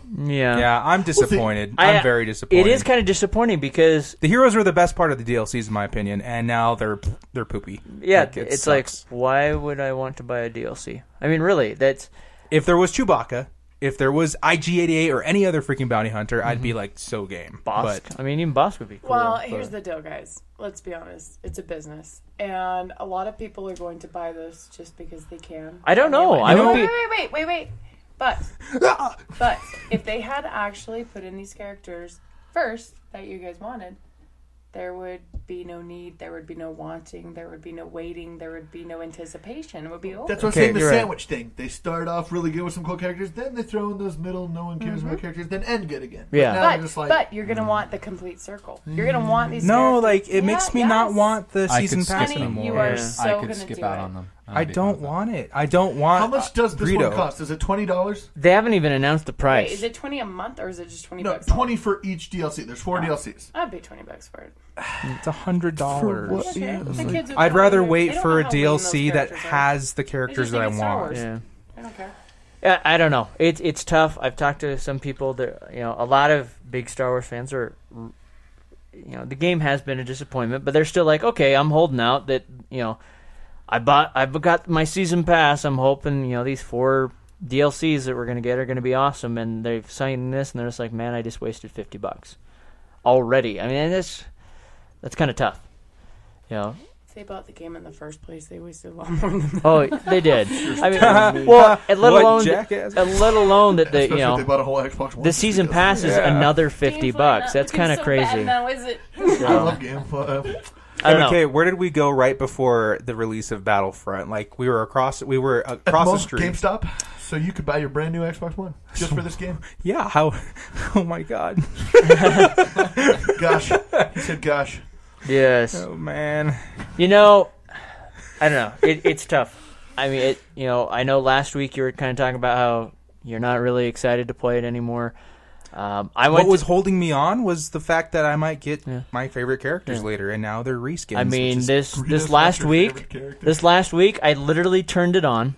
Speaker 1: *laughs*
Speaker 4: yeah.
Speaker 1: yeah, I'm disappointed.
Speaker 4: I-
Speaker 1: I'm very disappointed.
Speaker 4: It is kind of disappointing because
Speaker 1: the heroes were the best part of the DLCs, in my opinion, and now they're they're poopy.
Speaker 4: yeah,
Speaker 1: Like, it
Speaker 4: it's
Speaker 1: sucks.
Speaker 4: like why would I want to buy a DLC? I mean, really, that's
Speaker 1: if there was Chewbacca, if there was IG88 or any other freaking bounty hunter, I'd
Speaker 6: Mm-hmm.
Speaker 1: be like so game.
Speaker 4: Bosk.
Speaker 1: But
Speaker 4: I mean, even Bosk would be cool.
Speaker 6: Well,
Speaker 4: but-
Speaker 6: here's the deal, guys. Let's be honest. It's a business, and a lot of people are going to buy this just because they can.
Speaker 4: I don't know. I
Speaker 6: Wait,
Speaker 4: would
Speaker 6: wait,
Speaker 4: be.
Speaker 6: wait, wait, wait, wait.
Speaker 5: *laughs*
Speaker 6: But, but if they had actually put in these characters first that you guys wanted, there would be no need, there would be no wanting, there would be no waiting, there would be no anticipation. It would be over.
Speaker 5: That's what
Speaker 1: Okay,
Speaker 5: I'm saying. The
Speaker 1: you're right.
Speaker 5: sandwich thing. They start off really good with some cool characters, then they throw in those middle, no one cares about characters, then end good again.
Speaker 4: Mm-hmm. Yeah.
Speaker 5: But now
Speaker 6: but,
Speaker 5: they're just like, mm.
Speaker 6: but you're gonna want the complete circle. You're gonna want these.
Speaker 1: No,
Speaker 6: characters-
Speaker 1: like it makes
Speaker 6: Yeah,
Speaker 1: me not
Speaker 6: yes.
Speaker 1: want the
Speaker 7: I
Speaker 1: season
Speaker 7: could skip
Speaker 1: pass
Speaker 7: them
Speaker 6: You
Speaker 7: more.
Speaker 6: are
Speaker 4: Yeah.
Speaker 6: so
Speaker 7: I
Speaker 6: gonna
Speaker 7: could skip
Speaker 6: do
Speaker 7: out
Speaker 6: it.
Speaker 7: on them. I'll
Speaker 1: I
Speaker 7: be
Speaker 1: don't
Speaker 7: fine with
Speaker 1: want it. I don't want. uh,
Speaker 5: how much does this
Speaker 1: burrito.
Speaker 5: one cost? Is it twenty dollars?
Speaker 4: They haven't even announced the
Speaker 6: Wait,
Speaker 4: price.
Speaker 6: is it twenty a month or is it just twenty
Speaker 5: No,
Speaker 6: bucks?
Speaker 5: twenty for each DLC. There's four DLCs.
Speaker 6: I'd pay twenty bucks for it.
Speaker 1: It's a hundred dollars.
Speaker 6: Okay. The kids would
Speaker 1: I'd
Speaker 6: probably
Speaker 1: rather
Speaker 6: do it.
Speaker 1: wait
Speaker 6: They don't
Speaker 1: for a
Speaker 6: know how lean those
Speaker 1: DLC that
Speaker 6: characters are.
Speaker 1: has the
Speaker 6: They
Speaker 1: characters
Speaker 6: just
Speaker 1: that I
Speaker 6: think it's Star
Speaker 1: want.
Speaker 6: Wars.
Speaker 4: yeah.
Speaker 6: I don't care.
Speaker 4: Yeah, I don't know. It's it's tough. I've talked to some people. That you know, a lot of big Star Wars fans are. You know, the game has been a disappointment, but they're still like, okay, I'm holding out. That you know, I bought, I've got my season pass. I'm hoping you know these four DLCs that we're gonna get are gonna be awesome. And they've signed this, and they're just like, man, I just wasted fifty bucks already. I mean, and that's that's kind of tough. You know.
Speaker 6: If they bought the game in the first place, they wasted a lot more than that.
Speaker 4: Oh, they did. I mean, well, and let
Speaker 1: What
Speaker 4: alone,
Speaker 1: jackass.
Speaker 4: and let alone that they, you
Speaker 5: Especially if
Speaker 4: know,
Speaker 5: they bought a whole Xbox One.
Speaker 4: The season pass is
Speaker 1: Yeah.
Speaker 4: another fifty bucks. That's kind of crazy.
Speaker 6: Now is it?
Speaker 4: uh,
Speaker 5: I love Game uh, Pass.
Speaker 4: I don't
Speaker 1: okay,
Speaker 4: know.
Speaker 1: where did we go right before the release of Battlefront? Like we were across, we were across the
Speaker 5: Most
Speaker 1: street.
Speaker 5: GameStop, so you could buy your brand new Xbox One just for this game.
Speaker 1: Yeah. How? *laughs* Oh my god.
Speaker 5: Gosh, he said, "Gosh."
Speaker 4: Yes,
Speaker 1: Oh man.
Speaker 4: you know, I don't know. It, it's tough. I mean, it. You know, I know last week you were kind of talking about how you're not really excited to play it anymore. Um, I went.
Speaker 1: What
Speaker 4: to-
Speaker 1: was holding me on was the fact that I might get
Speaker 4: Yeah.
Speaker 1: my favorite characters later, and now they're reskins.
Speaker 4: I
Speaker 1: which
Speaker 4: mean
Speaker 1: is-
Speaker 4: this
Speaker 5: Greedos
Speaker 4: this
Speaker 5: as
Speaker 4: last
Speaker 5: your
Speaker 4: week.
Speaker 5: favorite
Speaker 4: *laughs*
Speaker 5: character.
Speaker 4: This last week, I literally turned it on.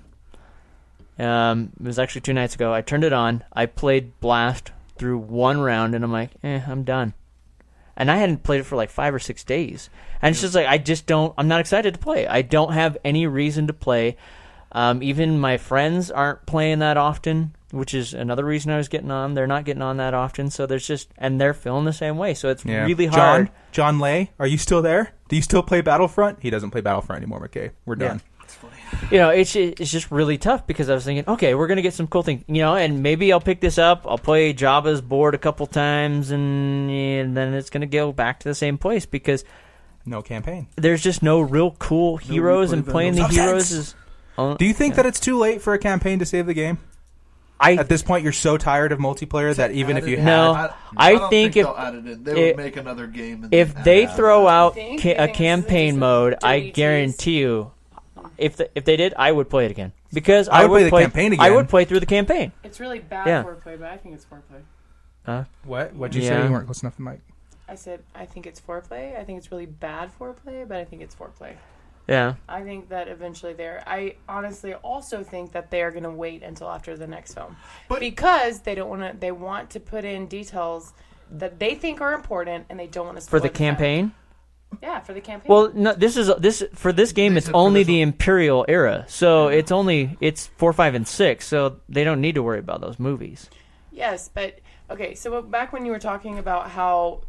Speaker 4: Um, it was actually two nights ago. I turned it on. I played Blast through one round, and I'm like, eh, I'm done. And I hadn't played it for like five or six days, and it's just like I just don't. I'm not excited to play. I don't have any reason to play. Um, even my friends aren't playing that often, which is another reason I was getting on. They're not getting on that often, so there's just and they're feeling the same way. So it's
Speaker 1: Yeah.
Speaker 4: really hard.
Speaker 1: John, John Lay, are you still there? Do you still play Battlefront? He doesn't play Battlefront anymore. Okay, we're done.
Speaker 4: you know, it's it's just really tough because I was thinking, okay, we're gonna get some cool thing, you know, and maybe I'll pick this up. I'll play Java's board a couple times, and, and then it's gonna go back to the same place because
Speaker 1: No campaign.
Speaker 4: there's just no real cool heroes,
Speaker 5: replay
Speaker 4: and playing the
Speaker 1: value. No
Speaker 4: heroes
Speaker 1: sense.
Speaker 4: is.
Speaker 1: Do you think that it's too late for a campaign to save the game?
Speaker 4: I
Speaker 1: At this point, you're so tired of multiplayer that even if you
Speaker 5: Added
Speaker 1: have
Speaker 4: No.
Speaker 5: in. I,
Speaker 4: I
Speaker 5: don't
Speaker 4: think
Speaker 5: think,
Speaker 4: if-
Speaker 5: they'll add it in. They
Speaker 4: if-
Speaker 5: would make another game. And
Speaker 4: if
Speaker 5: then
Speaker 4: they
Speaker 5: add it.
Speaker 4: throw out
Speaker 6: Think?
Speaker 4: ca-
Speaker 6: You think
Speaker 4: a
Speaker 6: this is just
Speaker 4: campaign
Speaker 6: a
Speaker 4: mode, I
Speaker 6: dirty tease?
Speaker 4: guarantee you, if the, if they did, I would play it again because
Speaker 1: I
Speaker 4: I,
Speaker 1: would play the campaign
Speaker 4: I
Speaker 1: again.
Speaker 4: would play through the campaign.
Speaker 6: It's really bad
Speaker 4: Yeah.
Speaker 6: foreplay, but I think it's foreplay.
Speaker 1: what? What'd you
Speaker 4: Yeah.
Speaker 1: say? You weren't close enough to Mike.
Speaker 6: I said I think it's foreplay. I think it's really bad foreplay, but I think it's foreplay.
Speaker 4: Yeah,
Speaker 6: I think that eventually they're. I honestly also think that they are going to wait until after the next film,
Speaker 5: But-
Speaker 6: because they don't want to. They want to put in details that they think are important, and they don't want to
Speaker 4: for the campaign.
Speaker 6: Yeah, for the campaign.
Speaker 4: Well, no, this is this for this game. It's
Speaker 5: said for
Speaker 4: only
Speaker 5: this
Speaker 4: the
Speaker 5: one.
Speaker 4: Imperial era, so it's only it's four, five, and six. So they don't need to worry about those movies.
Speaker 6: Yes, but okay. So back when you were talking about how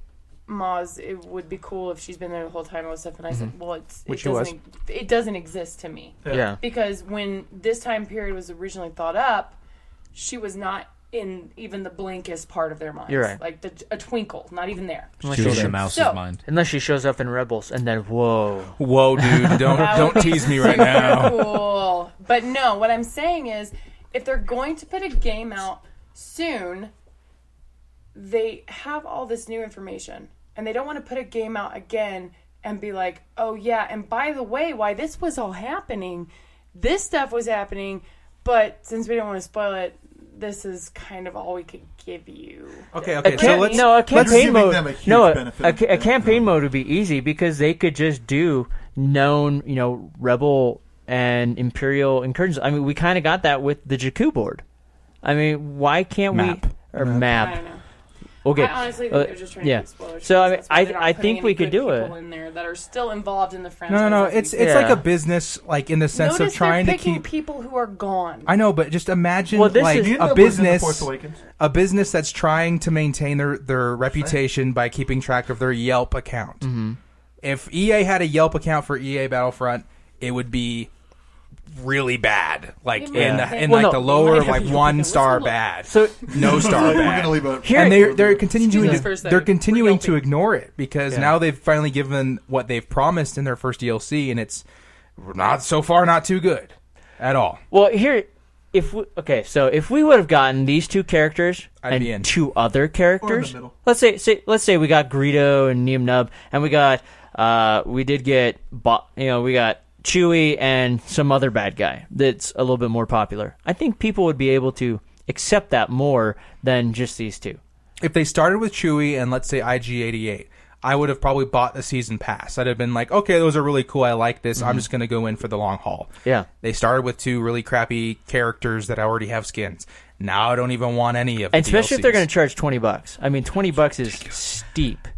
Speaker 6: Maz, it would be cool if she's been there the whole time and all this stuff, and I said, well, it's
Speaker 1: Which she
Speaker 6: it
Speaker 1: was.
Speaker 6: doesn't it doesn't exist to me
Speaker 4: Yeah,
Speaker 6: because when this time period was originally thought up, she was not in even the blankest part of their minds.
Speaker 4: You're right.
Speaker 6: Like the, a twinkle, not even there.
Speaker 7: She was in Mouse's
Speaker 6: So-
Speaker 7: mind.
Speaker 4: unless she shows up in Rebels, and then whoa,
Speaker 1: Whoa, dude! Don't don't tease me right now.
Speaker 6: *laughs* cool. But no, what I'm saying is, if they're going to put a game out soon, they have all this new information, and they don't want to put a game out again and be like, "Oh yeah," and by the way, why this was all happening, this stuff was happening, but since we don't want to spoil it, this is kind of all we could give you.
Speaker 1: Okay, okay. So
Speaker 6: can't-
Speaker 1: let's
Speaker 4: no a campaign
Speaker 5: giving
Speaker 4: mode.
Speaker 5: them a huge
Speaker 4: no, a,
Speaker 5: benefit
Speaker 4: a,
Speaker 5: of the
Speaker 4: ca- a
Speaker 5: doubt,
Speaker 4: campaign mode would be easy because they could just do known, you know, Rebel and Imperial incursions. I mean, we kind of got that with the Jakku board. I mean, why can't
Speaker 1: Map.
Speaker 4: we or
Speaker 6: I
Speaker 4: map?
Speaker 6: don't know.
Speaker 4: Okay,
Speaker 6: I honestly think
Speaker 4: uh,
Speaker 6: they're just trying
Speaker 4: yeah.
Speaker 6: to keep spoilers.
Speaker 4: So I
Speaker 6: free.
Speaker 4: mean,
Speaker 6: That's why they're not
Speaker 4: I, I
Speaker 6: putting
Speaker 4: think
Speaker 6: any
Speaker 4: we could
Speaker 6: good
Speaker 4: do it.
Speaker 6: people in there that are still involved in the franchise.
Speaker 1: no, no, no.
Speaker 6: as we
Speaker 1: It's
Speaker 6: speak.
Speaker 1: it's like
Speaker 4: Yeah.
Speaker 1: a business, like in the sense
Speaker 6: Notice
Speaker 1: of trying
Speaker 6: they're
Speaker 1: to
Speaker 6: picking
Speaker 1: keep.
Speaker 6: people who are gone.
Speaker 1: I know, but just imagine
Speaker 4: Well, this
Speaker 1: like
Speaker 4: is-
Speaker 5: Didn't that
Speaker 1: a
Speaker 5: was in The Force
Speaker 1: business,
Speaker 4: *laughs*
Speaker 5: Awakens?
Speaker 1: a business that's trying to maintain their their reputation by keeping track of their Yelp E account. If EA had a Yelp account for EA Battlefront, it would be really bad, like in
Speaker 6: Yeah.
Speaker 1: the, in
Speaker 4: Well,
Speaker 1: like
Speaker 4: no.
Speaker 1: the lower
Speaker 6: Whatever
Speaker 1: like
Speaker 6: you
Speaker 1: one
Speaker 6: think it
Speaker 1: star
Speaker 6: was.
Speaker 1: bad,
Speaker 4: So
Speaker 5: *laughs*
Speaker 1: no star
Speaker 5: Like, we're
Speaker 1: bad.
Speaker 5: gonna leave it.
Speaker 4: Here-
Speaker 1: and they're they're continuing
Speaker 6: Excuse
Speaker 1: to
Speaker 6: us for a second.
Speaker 1: they're continuing to
Speaker 6: We're
Speaker 1: ignore it because
Speaker 4: Yeah.
Speaker 1: now they've finally given what they've promised in their first DLC, and it's not so far not too good at all.
Speaker 4: Well, here, if we, okay, so if we would have gotten these two characters
Speaker 1: I'd
Speaker 4: and
Speaker 1: be in.
Speaker 4: two other characters,
Speaker 5: middle.
Speaker 4: let's say, say, let's say we got Greedo and Neem Nub, and we got, uh, we did get, Bo- you know, we got Chewie and some other bad guy that's a little bit more popular. I think people would be able to accept that more than just these two.
Speaker 1: If they started with Chewie and let's say IG88, I would have probably bought the season pass. I'd have been like, okay, those are really cool. I like this. I'm just going to go in for the long haul.
Speaker 4: Mm-hmm. Yeah.
Speaker 1: They started with two really crappy characters that I already have skins. Now I don't even want any of.
Speaker 4: And especially if they're going
Speaker 1: to.
Speaker 4: to charge 20 bucks. I mean, 20 bucks is steep.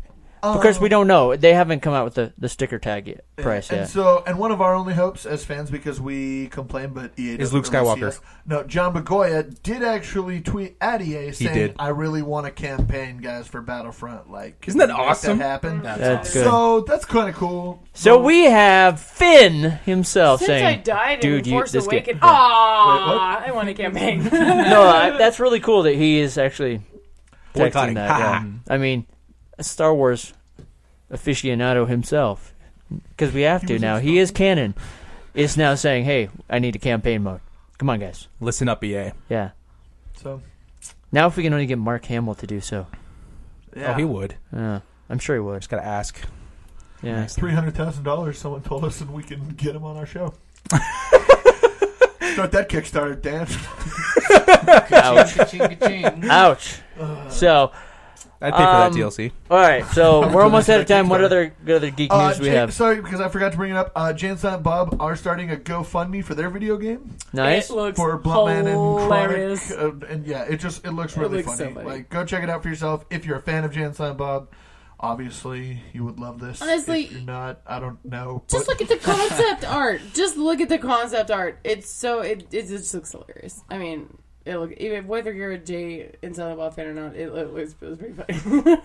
Speaker 4: Because
Speaker 1: Um,
Speaker 4: we don't know. They haven't come out with the, the sticker tag yet, price
Speaker 5: And
Speaker 4: yet.
Speaker 5: so, and one of our only hopes as fans, because we complain, but EA doesn't
Speaker 1: Luke
Speaker 5: really see
Speaker 1: Skywalker.
Speaker 5: us. No, John Bagoya did actually tweet at EA saying,
Speaker 1: did.
Speaker 5: "I really want a campaign, guys, for Battlefront." Like,
Speaker 1: Isn't that
Speaker 5: can we
Speaker 1: awesome?
Speaker 5: Make that happen.
Speaker 4: That's awesome. good.
Speaker 5: So that's kind of cool.
Speaker 4: So we have Finn himself
Speaker 6: Since
Speaker 4: saying,
Speaker 6: I died
Speaker 4: "Dude,
Speaker 6: in
Speaker 4: you
Speaker 6: Force
Speaker 4: this kid-
Speaker 6: Awakens,
Speaker 4: Yeah.
Speaker 6: ah, I want a
Speaker 4: *laughs*
Speaker 6: campaign. *laughs*
Speaker 4: no, I, that's really cool that he is actually boycotting that. yeah. I mean, a Star Wars aficionado himself, because we have to now. He is canon. Is now saying, "Hey, I need a campaign mode. Come on, guys.
Speaker 1: Listen up, E EA.
Speaker 4: Yeah.
Speaker 1: Oh,
Speaker 5: So
Speaker 4: Now, if we can only get Mark Hamill to do so,
Speaker 5: yeah,
Speaker 1: Oh, he would.
Speaker 4: uh, I'm sure he would.
Speaker 1: Just got to ask.
Speaker 4: Yeah.
Speaker 5: three hundred thousand dollars. Someone told us, and we can get him on our show. Start that Kickstarter, Dan.
Speaker 4: *laughs* Ouch.
Speaker 7: Ching-a-ching.
Speaker 4: Ouch. So,
Speaker 1: I'd pay
Speaker 4: Um,
Speaker 1: for that DLC.
Speaker 4: all right. *laughs* So we're almost out of time. What
Speaker 5: Kickstarter.
Speaker 4: other good other geek
Speaker 5: Uh,
Speaker 4: news we
Speaker 5: Jan-
Speaker 4: have?
Speaker 5: Sorry, because I forgot to bring it up. Uh, Jan Silent Bob are starting a GoFundMe for their video game.
Speaker 4: Nice.
Speaker 6: It looks
Speaker 5: for Blunt Man and
Speaker 6: hilarious.
Speaker 5: Chronic, uh, and yeah, it just it looks
Speaker 6: It
Speaker 5: really
Speaker 6: looks so
Speaker 5: funny.
Speaker 6: funny.
Speaker 5: Like, go check it out for yourself. If you're a fan of Jan Silent Bob, obviously you would love this.
Speaker 6: Honestly-
Speaker 5: if you're not, I don't know.
Speaker 6: Just
Speaker 5: but
Speaker 6: look at the concept art. Just look at the concept art. It's so it it just looks hilarious. I mean, it look even whether you're a J and Silent Bob fan or not, it, it was it was pretty funny.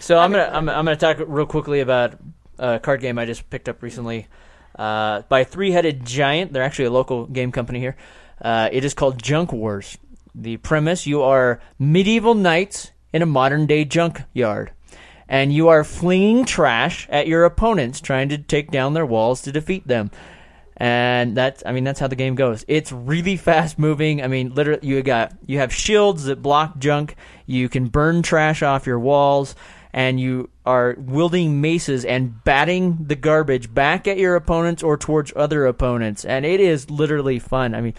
Speaker 4: So I'm gonna I'm, I'm gonna talk real quickly about a card game I just picked up recently uh, by Three Headed Giant. They're actually a local game company here. Uh, it is called Junk Wars. The premise: you are medieval knights in a modern day junkyard, and you are flinging trash at your opponents, trying to take down their walls to defeat them. And that's I mean that's how the game goes. It's really fast moving. I mean, literally you got you have shields that block junk. You can burn trash off your walls and you are wielding maces and batting the garbage back at your opponents or towards other opponents. And it is literally fun. I mean,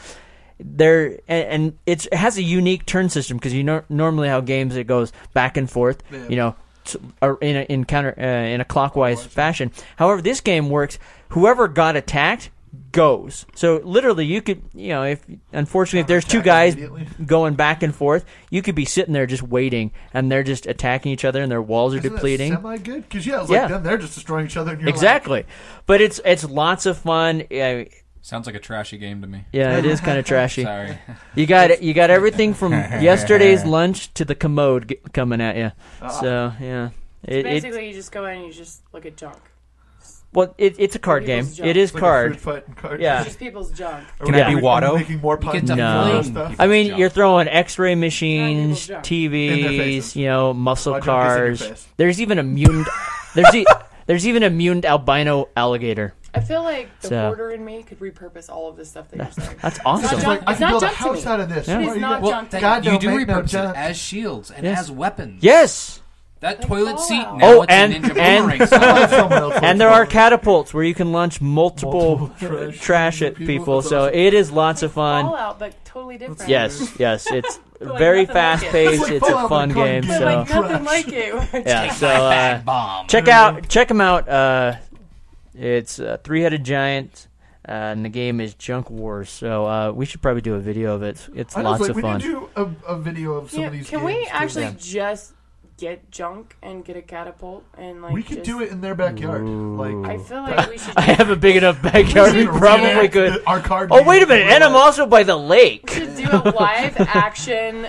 Speaker 4: there and, and it's, it has a unique turn system because you know normally how games it goes back and forth. You know, t- or in a, in counter uh, in a clockwise fashion. However, this game works. Whoever got attacked goes. So literally, you could you know if unfortunately if there's two guys
Speaker 5: immediately.
Speaker 4: going back and forth, you could be sitting there just waiting, and they're just attacking each other, and their walls are
Speaker 5: isn't that
Speaker 4: depleting.
Speaker 5: Semi good because yeah, it's
Speaker 4: Yeah.
Speaker 5: like them. They're just destroying each other. And you're
Speaker 4: exactly, but it's it's lots of fun. Yeah,
Speaker 7: *laughs* Sounds like a trashy game to me.
Speaker 4: yeah it is kind of trashy.
Speaker 7: Sorry.
Speaker 4: You got you got everything
Speaker 5: *laughs*
Speaker 4: from yesterday's lunch to the commode g- coming at you. So yeah, *laughs* it, it,
Speaker 6: Ah. Basically, you just go in and you just look at junk.
Speaker 4: well it, it's a card game.
Speaker 6: People's junk.
Speaker 4: It is
Speaker 5: Like, like A
Speaker 4: card.
Speaker 5: food fight and card.
Speaker 4: Yeah.
Speaker 6: It's just people's junk.
Speaker 1: Can I be
Speaker 5: Are we
Speaker 1: Watto?
Speaker 5: making more puns
Speaker 7: to
Speaker 5: and all
Speaker 4: fling
Speaker 5: that stuff?
Speaker 7: people.
Speaker 4: I mean,
Speaker 7: junk.
Speaker 4: you're throwing X-ray machines,
Speaker 6: junk.
Speaker 5: In their
Speaker 4: TVs,
Speaker 5: faces.
Speaker 4: you know, muscle
Speaker 5: My junk is in your
Speaker 4: cars.
Speaker 5: face.
Speaker 4: There's even a mutant. *laughs* there's e- there's even a mutant albino alligator.
Speaker 6: I feel like the
Speaker 4: So-
Speaker 6: hoarder in me could repurpose all of this stuff that you're saying.
Speaker 4: That's awesome.
Speaker 6: It's
Speaker 5: Like, I
Speaker 6: It's not
Speaker 5: can build a
Speaker 6: junk to
Speaker 5: house
Speaker 6: me.
Speaker 5: out of this.
Speaker 4: Yeah.
Speaker 5: What
Speaker 6: It's
Speaker 5: are you
Speaker 6: not
Speaker 5: gonna-
Speaker 6: junk.
Speaker 7: then
Speaker 5: God
Speaker 7: you
Speaker 5: don't
Speaker 7: do
Speaker 5: make no
Speaker 7: repurpose it
Speaker 5: junk.
Speaker 7: as shields and
Speaker 4: Yes.
Speaker 7: as weapons.
Speaker 4: Yes,
Speaker 7: That toilet seat
Speaker 6: Fallout.
Speaker 7: now
Speaker 4: Oh,
Speaker 7: it's
Speaker 4: and-
Speaker 7: a ninja
Speaker 4: and- *laughs*
Speaker 7: boomerang. So
Speaker 5: Someone else
Speaker 4: and
Speaker 5: will
Speaker 4: there are
Speaker 5: follow.
Speaker 4: catapults where you can launch multiple,
Speaker 5: Multiple *laughs*
Speaker 4: uh,
Speaker 5: trash
Speaker 4: trash at
Speaker 5: people.
Speaker 4: people.
Speaker 5: That's
Speaker 4: So
Speaker 5: awesome.
Speaker 4: it is lots of fun.
Speaker 6: Fallout, but totally different.
Speaker 4: Yes, yes, it's very
Speaker 6: nothing like
Speaker 4: fast
Speaker 6: it.
Speaker 4: paced.
Speaker 5: It's like
Speaker 4: It's a
Speaker 5: Fallout,
Speaker 4: fun
Speaker 5: but card
Speaker 4: game.
Speaker 5: game.
Speaker 6: But
Speaker 4: So
Speaker 6: like nothing like
Speaker 5: *laughs*
Speaker 6: it.
Speaker 4: yeah, so uh,
Speaker 7: bomb.
Speaker 4: check out check them out. Uh, it's uh, three headed giant. Uh, and the game is Junk Wars, so uh, we should probably do a video of it. It's, it's
Speaker 5: I was
Speaker 4: lots
Speaker 5: like,
Speaker 4: of
Speaker 5: we
Speaker 4: fun.
Speaker 5: need to do a, a video of some
Speaker 6: Yeah,
Speaker 5: of these.
Speaker 6: can we
Speaker 5: games, too.
Speaker 6: actually just get junk and get a catapult and like
Speaker 5: We could
Speaker 6: just,
Speaker 5: do it in their backyard. Like
Speaker 6: I
Speaker 4: *laughs*
Speaker 6: feel like we should.
Speaker 4: *laughs* I have a big enough backyard. We
Speaker 6: should
Speaker 4: probably
Speaker 5: reenact
Speaker 4: could.
Speaker 5: the- Our card.
Speaker 4: Oh
Speaker 5: game.
Speaker 4: wait a minute, and I'm also by the
Speaker 6: we
Speaker 4: lake.
Speaker 6: should do a live action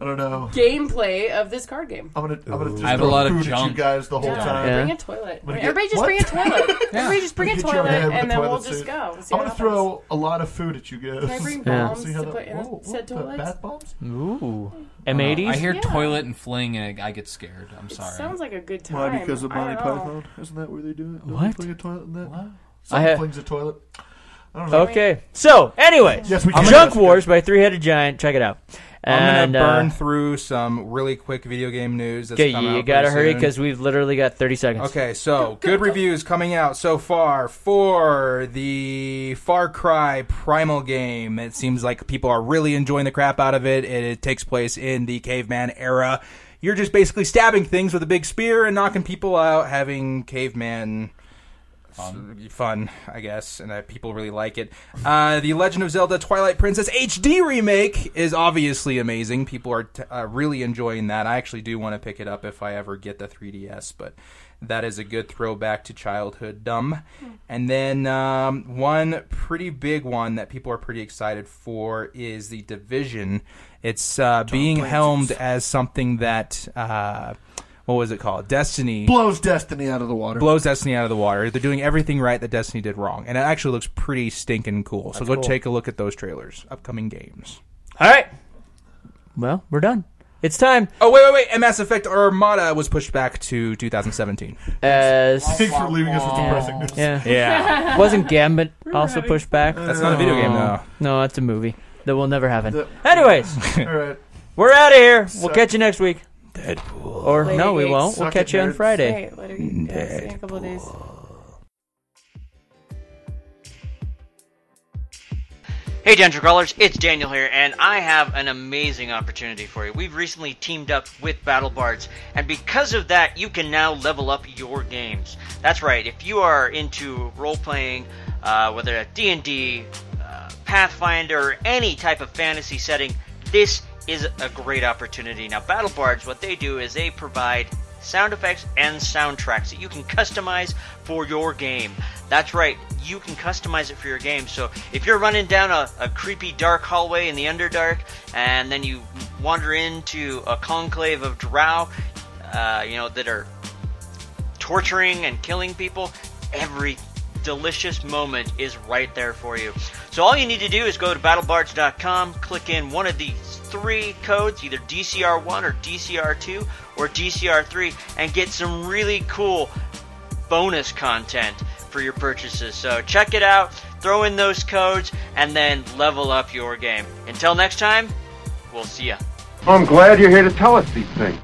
Speaker 5: I don't know.
Speaker 6: gameplay of this card game.
Speaker 5: I'm gonna, I'm gonna just
Speaker 7: I have a
Speaker 5: throw
Speaker 7: lot of
Speaker 5: food at you
Speaker 7: junk.
Speaker 5: guys the whole
Speaker 6: Yeah.
Speaker 5: time.
Speaker 4: Yeah.
Speaker 6: Bring a toilet.
Speaker 5: Wanna get-
Speaker 6: Everybody just
Speaker 5: what?
Speaker 6: bring a
Speaker 5: *laughs*
Speaker 6: toilet. Everybody just bring a
Speaker 5: Hit you over
Speaker 6: toilet,
Speaker 5: the head with
Speaker 6: and
Speaker 5: the
Speaker 6: then
Speaker 5: toilet
Speaker 6: we'll just
Speaker 5: suit.
Speaker 6: go. We'll see
Speaker 5: I'm
Speaker 6: what
Speaker 5: gonna
Speaker 6: happens.
Speaker 5: throw a lot of food at you guys.
Speaker 6: I bring bombs to put in said toilets?
Speaker 5: Bath bombs?
Speaker 4: Ooh, M80s.
Speaker 7: Uh, I hear
Speaker 6: Yeah.
Speaker 7: toilet and fling, and I get scared. I'm
Speaker 6: It
Speaker 7: sorry.
Speaker 6: sounds like a good time.
Speaker 5: Why? Because of
Speaker 6: I don't
Speaker 5: Monty
Speaker 6: know.
Speaker 5: Python? Isn't that where they do it? Don't they
Speaker 4: What?
Speaker 5: fling a toilet in that?
Speaker 7: What?
Speaker 5: Someone
Speaker 4: I ha-
Speaker 5: flings a toilet. I don't know.
Speaker 4: Okay, so anyway,
Speaker 5: Yes, we can.
Speaker 4: Junk Wars by Three Headed Giant. Check it out.
Speaker 1: I'm
Speaker 4: And,
Speaker 1: gonna burn
Speaker 4: uh,
Speaker 1: through some really quick video game news. That's
Speaker 4: Okay,
Speaker 1: coming
Speaker 4: you
Speaker 1: out
Speaker 4: gotta
Speaker 1: pretty
Speaker 4: hurry
Speaker 1: soon.
Speaker 4: because we've literally got 30 seconds.
Speaker 1: Okay, so good reviews coming out so far for the Far Cry Primal game. It seems like people are really enjoying the crap out of it. It, it takes place in the caveman era. You're just basically stabbing things with a big spear and knocking people out, having caveman Um, fun, I guess, and that people really like it. Uh, the Legend of Zelda Twilight Princess HD remake is obviously amazing. People are t- uh, really enjoying that. I actually do want to pick it up if I ever get the 3DS, but that is a good throwback to childhood dumb. And then um, one pretty big one that people are pretty excited for is the Division. It's uh, being helmed as something that. Uh, what was it called? Destiny
Speaker 5: Blows Destiny out of the water.
Speaker 1: blows Destiny out of the water. They're doing everything right that Destiny did wrong, and it actually looks pretty stinking cool. So go take a look at those trailers. Upcoming games.
Speaker 4: All right. Well, we're done. It's time.
Speaker 1: Oh wait, wait, wait! And Mass Effect Armada was pushed back to 2017.
Speaker 4: As
Speaker 5: Thanks for leaving us with depressing news.
Speaker 4: yeah,
Speaker 1: Yeah,
Speaker 4: wasn't Gambit also pushed back?
Speaker 1: *laughs* that's not a video game though.
Speaker 4: No, that's a movie that will never happen.
Speaker 5: The-
Speaker 4: Anyways,
Speaker 5: All right.
Speaker 4: we're out of here. We'll
Speaker 5: Suck-
Speaker 4: catch you next week. Deadpool. Or
Speaker 6: Later,
Speaker 4: no, we
Speaker 6: you
Speaker 4: won't. We'll
Speaker 5: suck
Speaker 4: catch
Speaker 5: it,
Speaker 4: you on
Speaker 5: nerds.
Speaker 4: Friday.
Speaker 6: Hey, later. Yeah, see you in a couple of days.
Speaker 8: Hey, Dungeon Crawlers, it's Daniel here, and I have an amazing opportunity for you. We've recently teamed up with Battle Bards, and because of that, you can now level up your games. That's right, if you are into role playing, uh, whether at D&D, uh, Pathfinder, or any type of fantasy setting, this is a great opportunity. Now, Battle Bards, what they do is they provide sound effects and soundtracks that you can customize for your game. That's right, you can customize it for your game. So if you're running down a, a creepy dark hallway in the Underdark and then you wander into a conclave of drow, uh, you know, that are torturing and killing people, every delicious moment is right there for you. So all you need to do is go to battlebards.com, click in one of these three codes, either DCR1 or DCR2 or DCR3, and get some really cool bonus content for your purchases. So check it out, throw in those codes, and then level up your game. Until next time, we'll see ya.
Speaker 2: I'm glad you're here to tell us these things.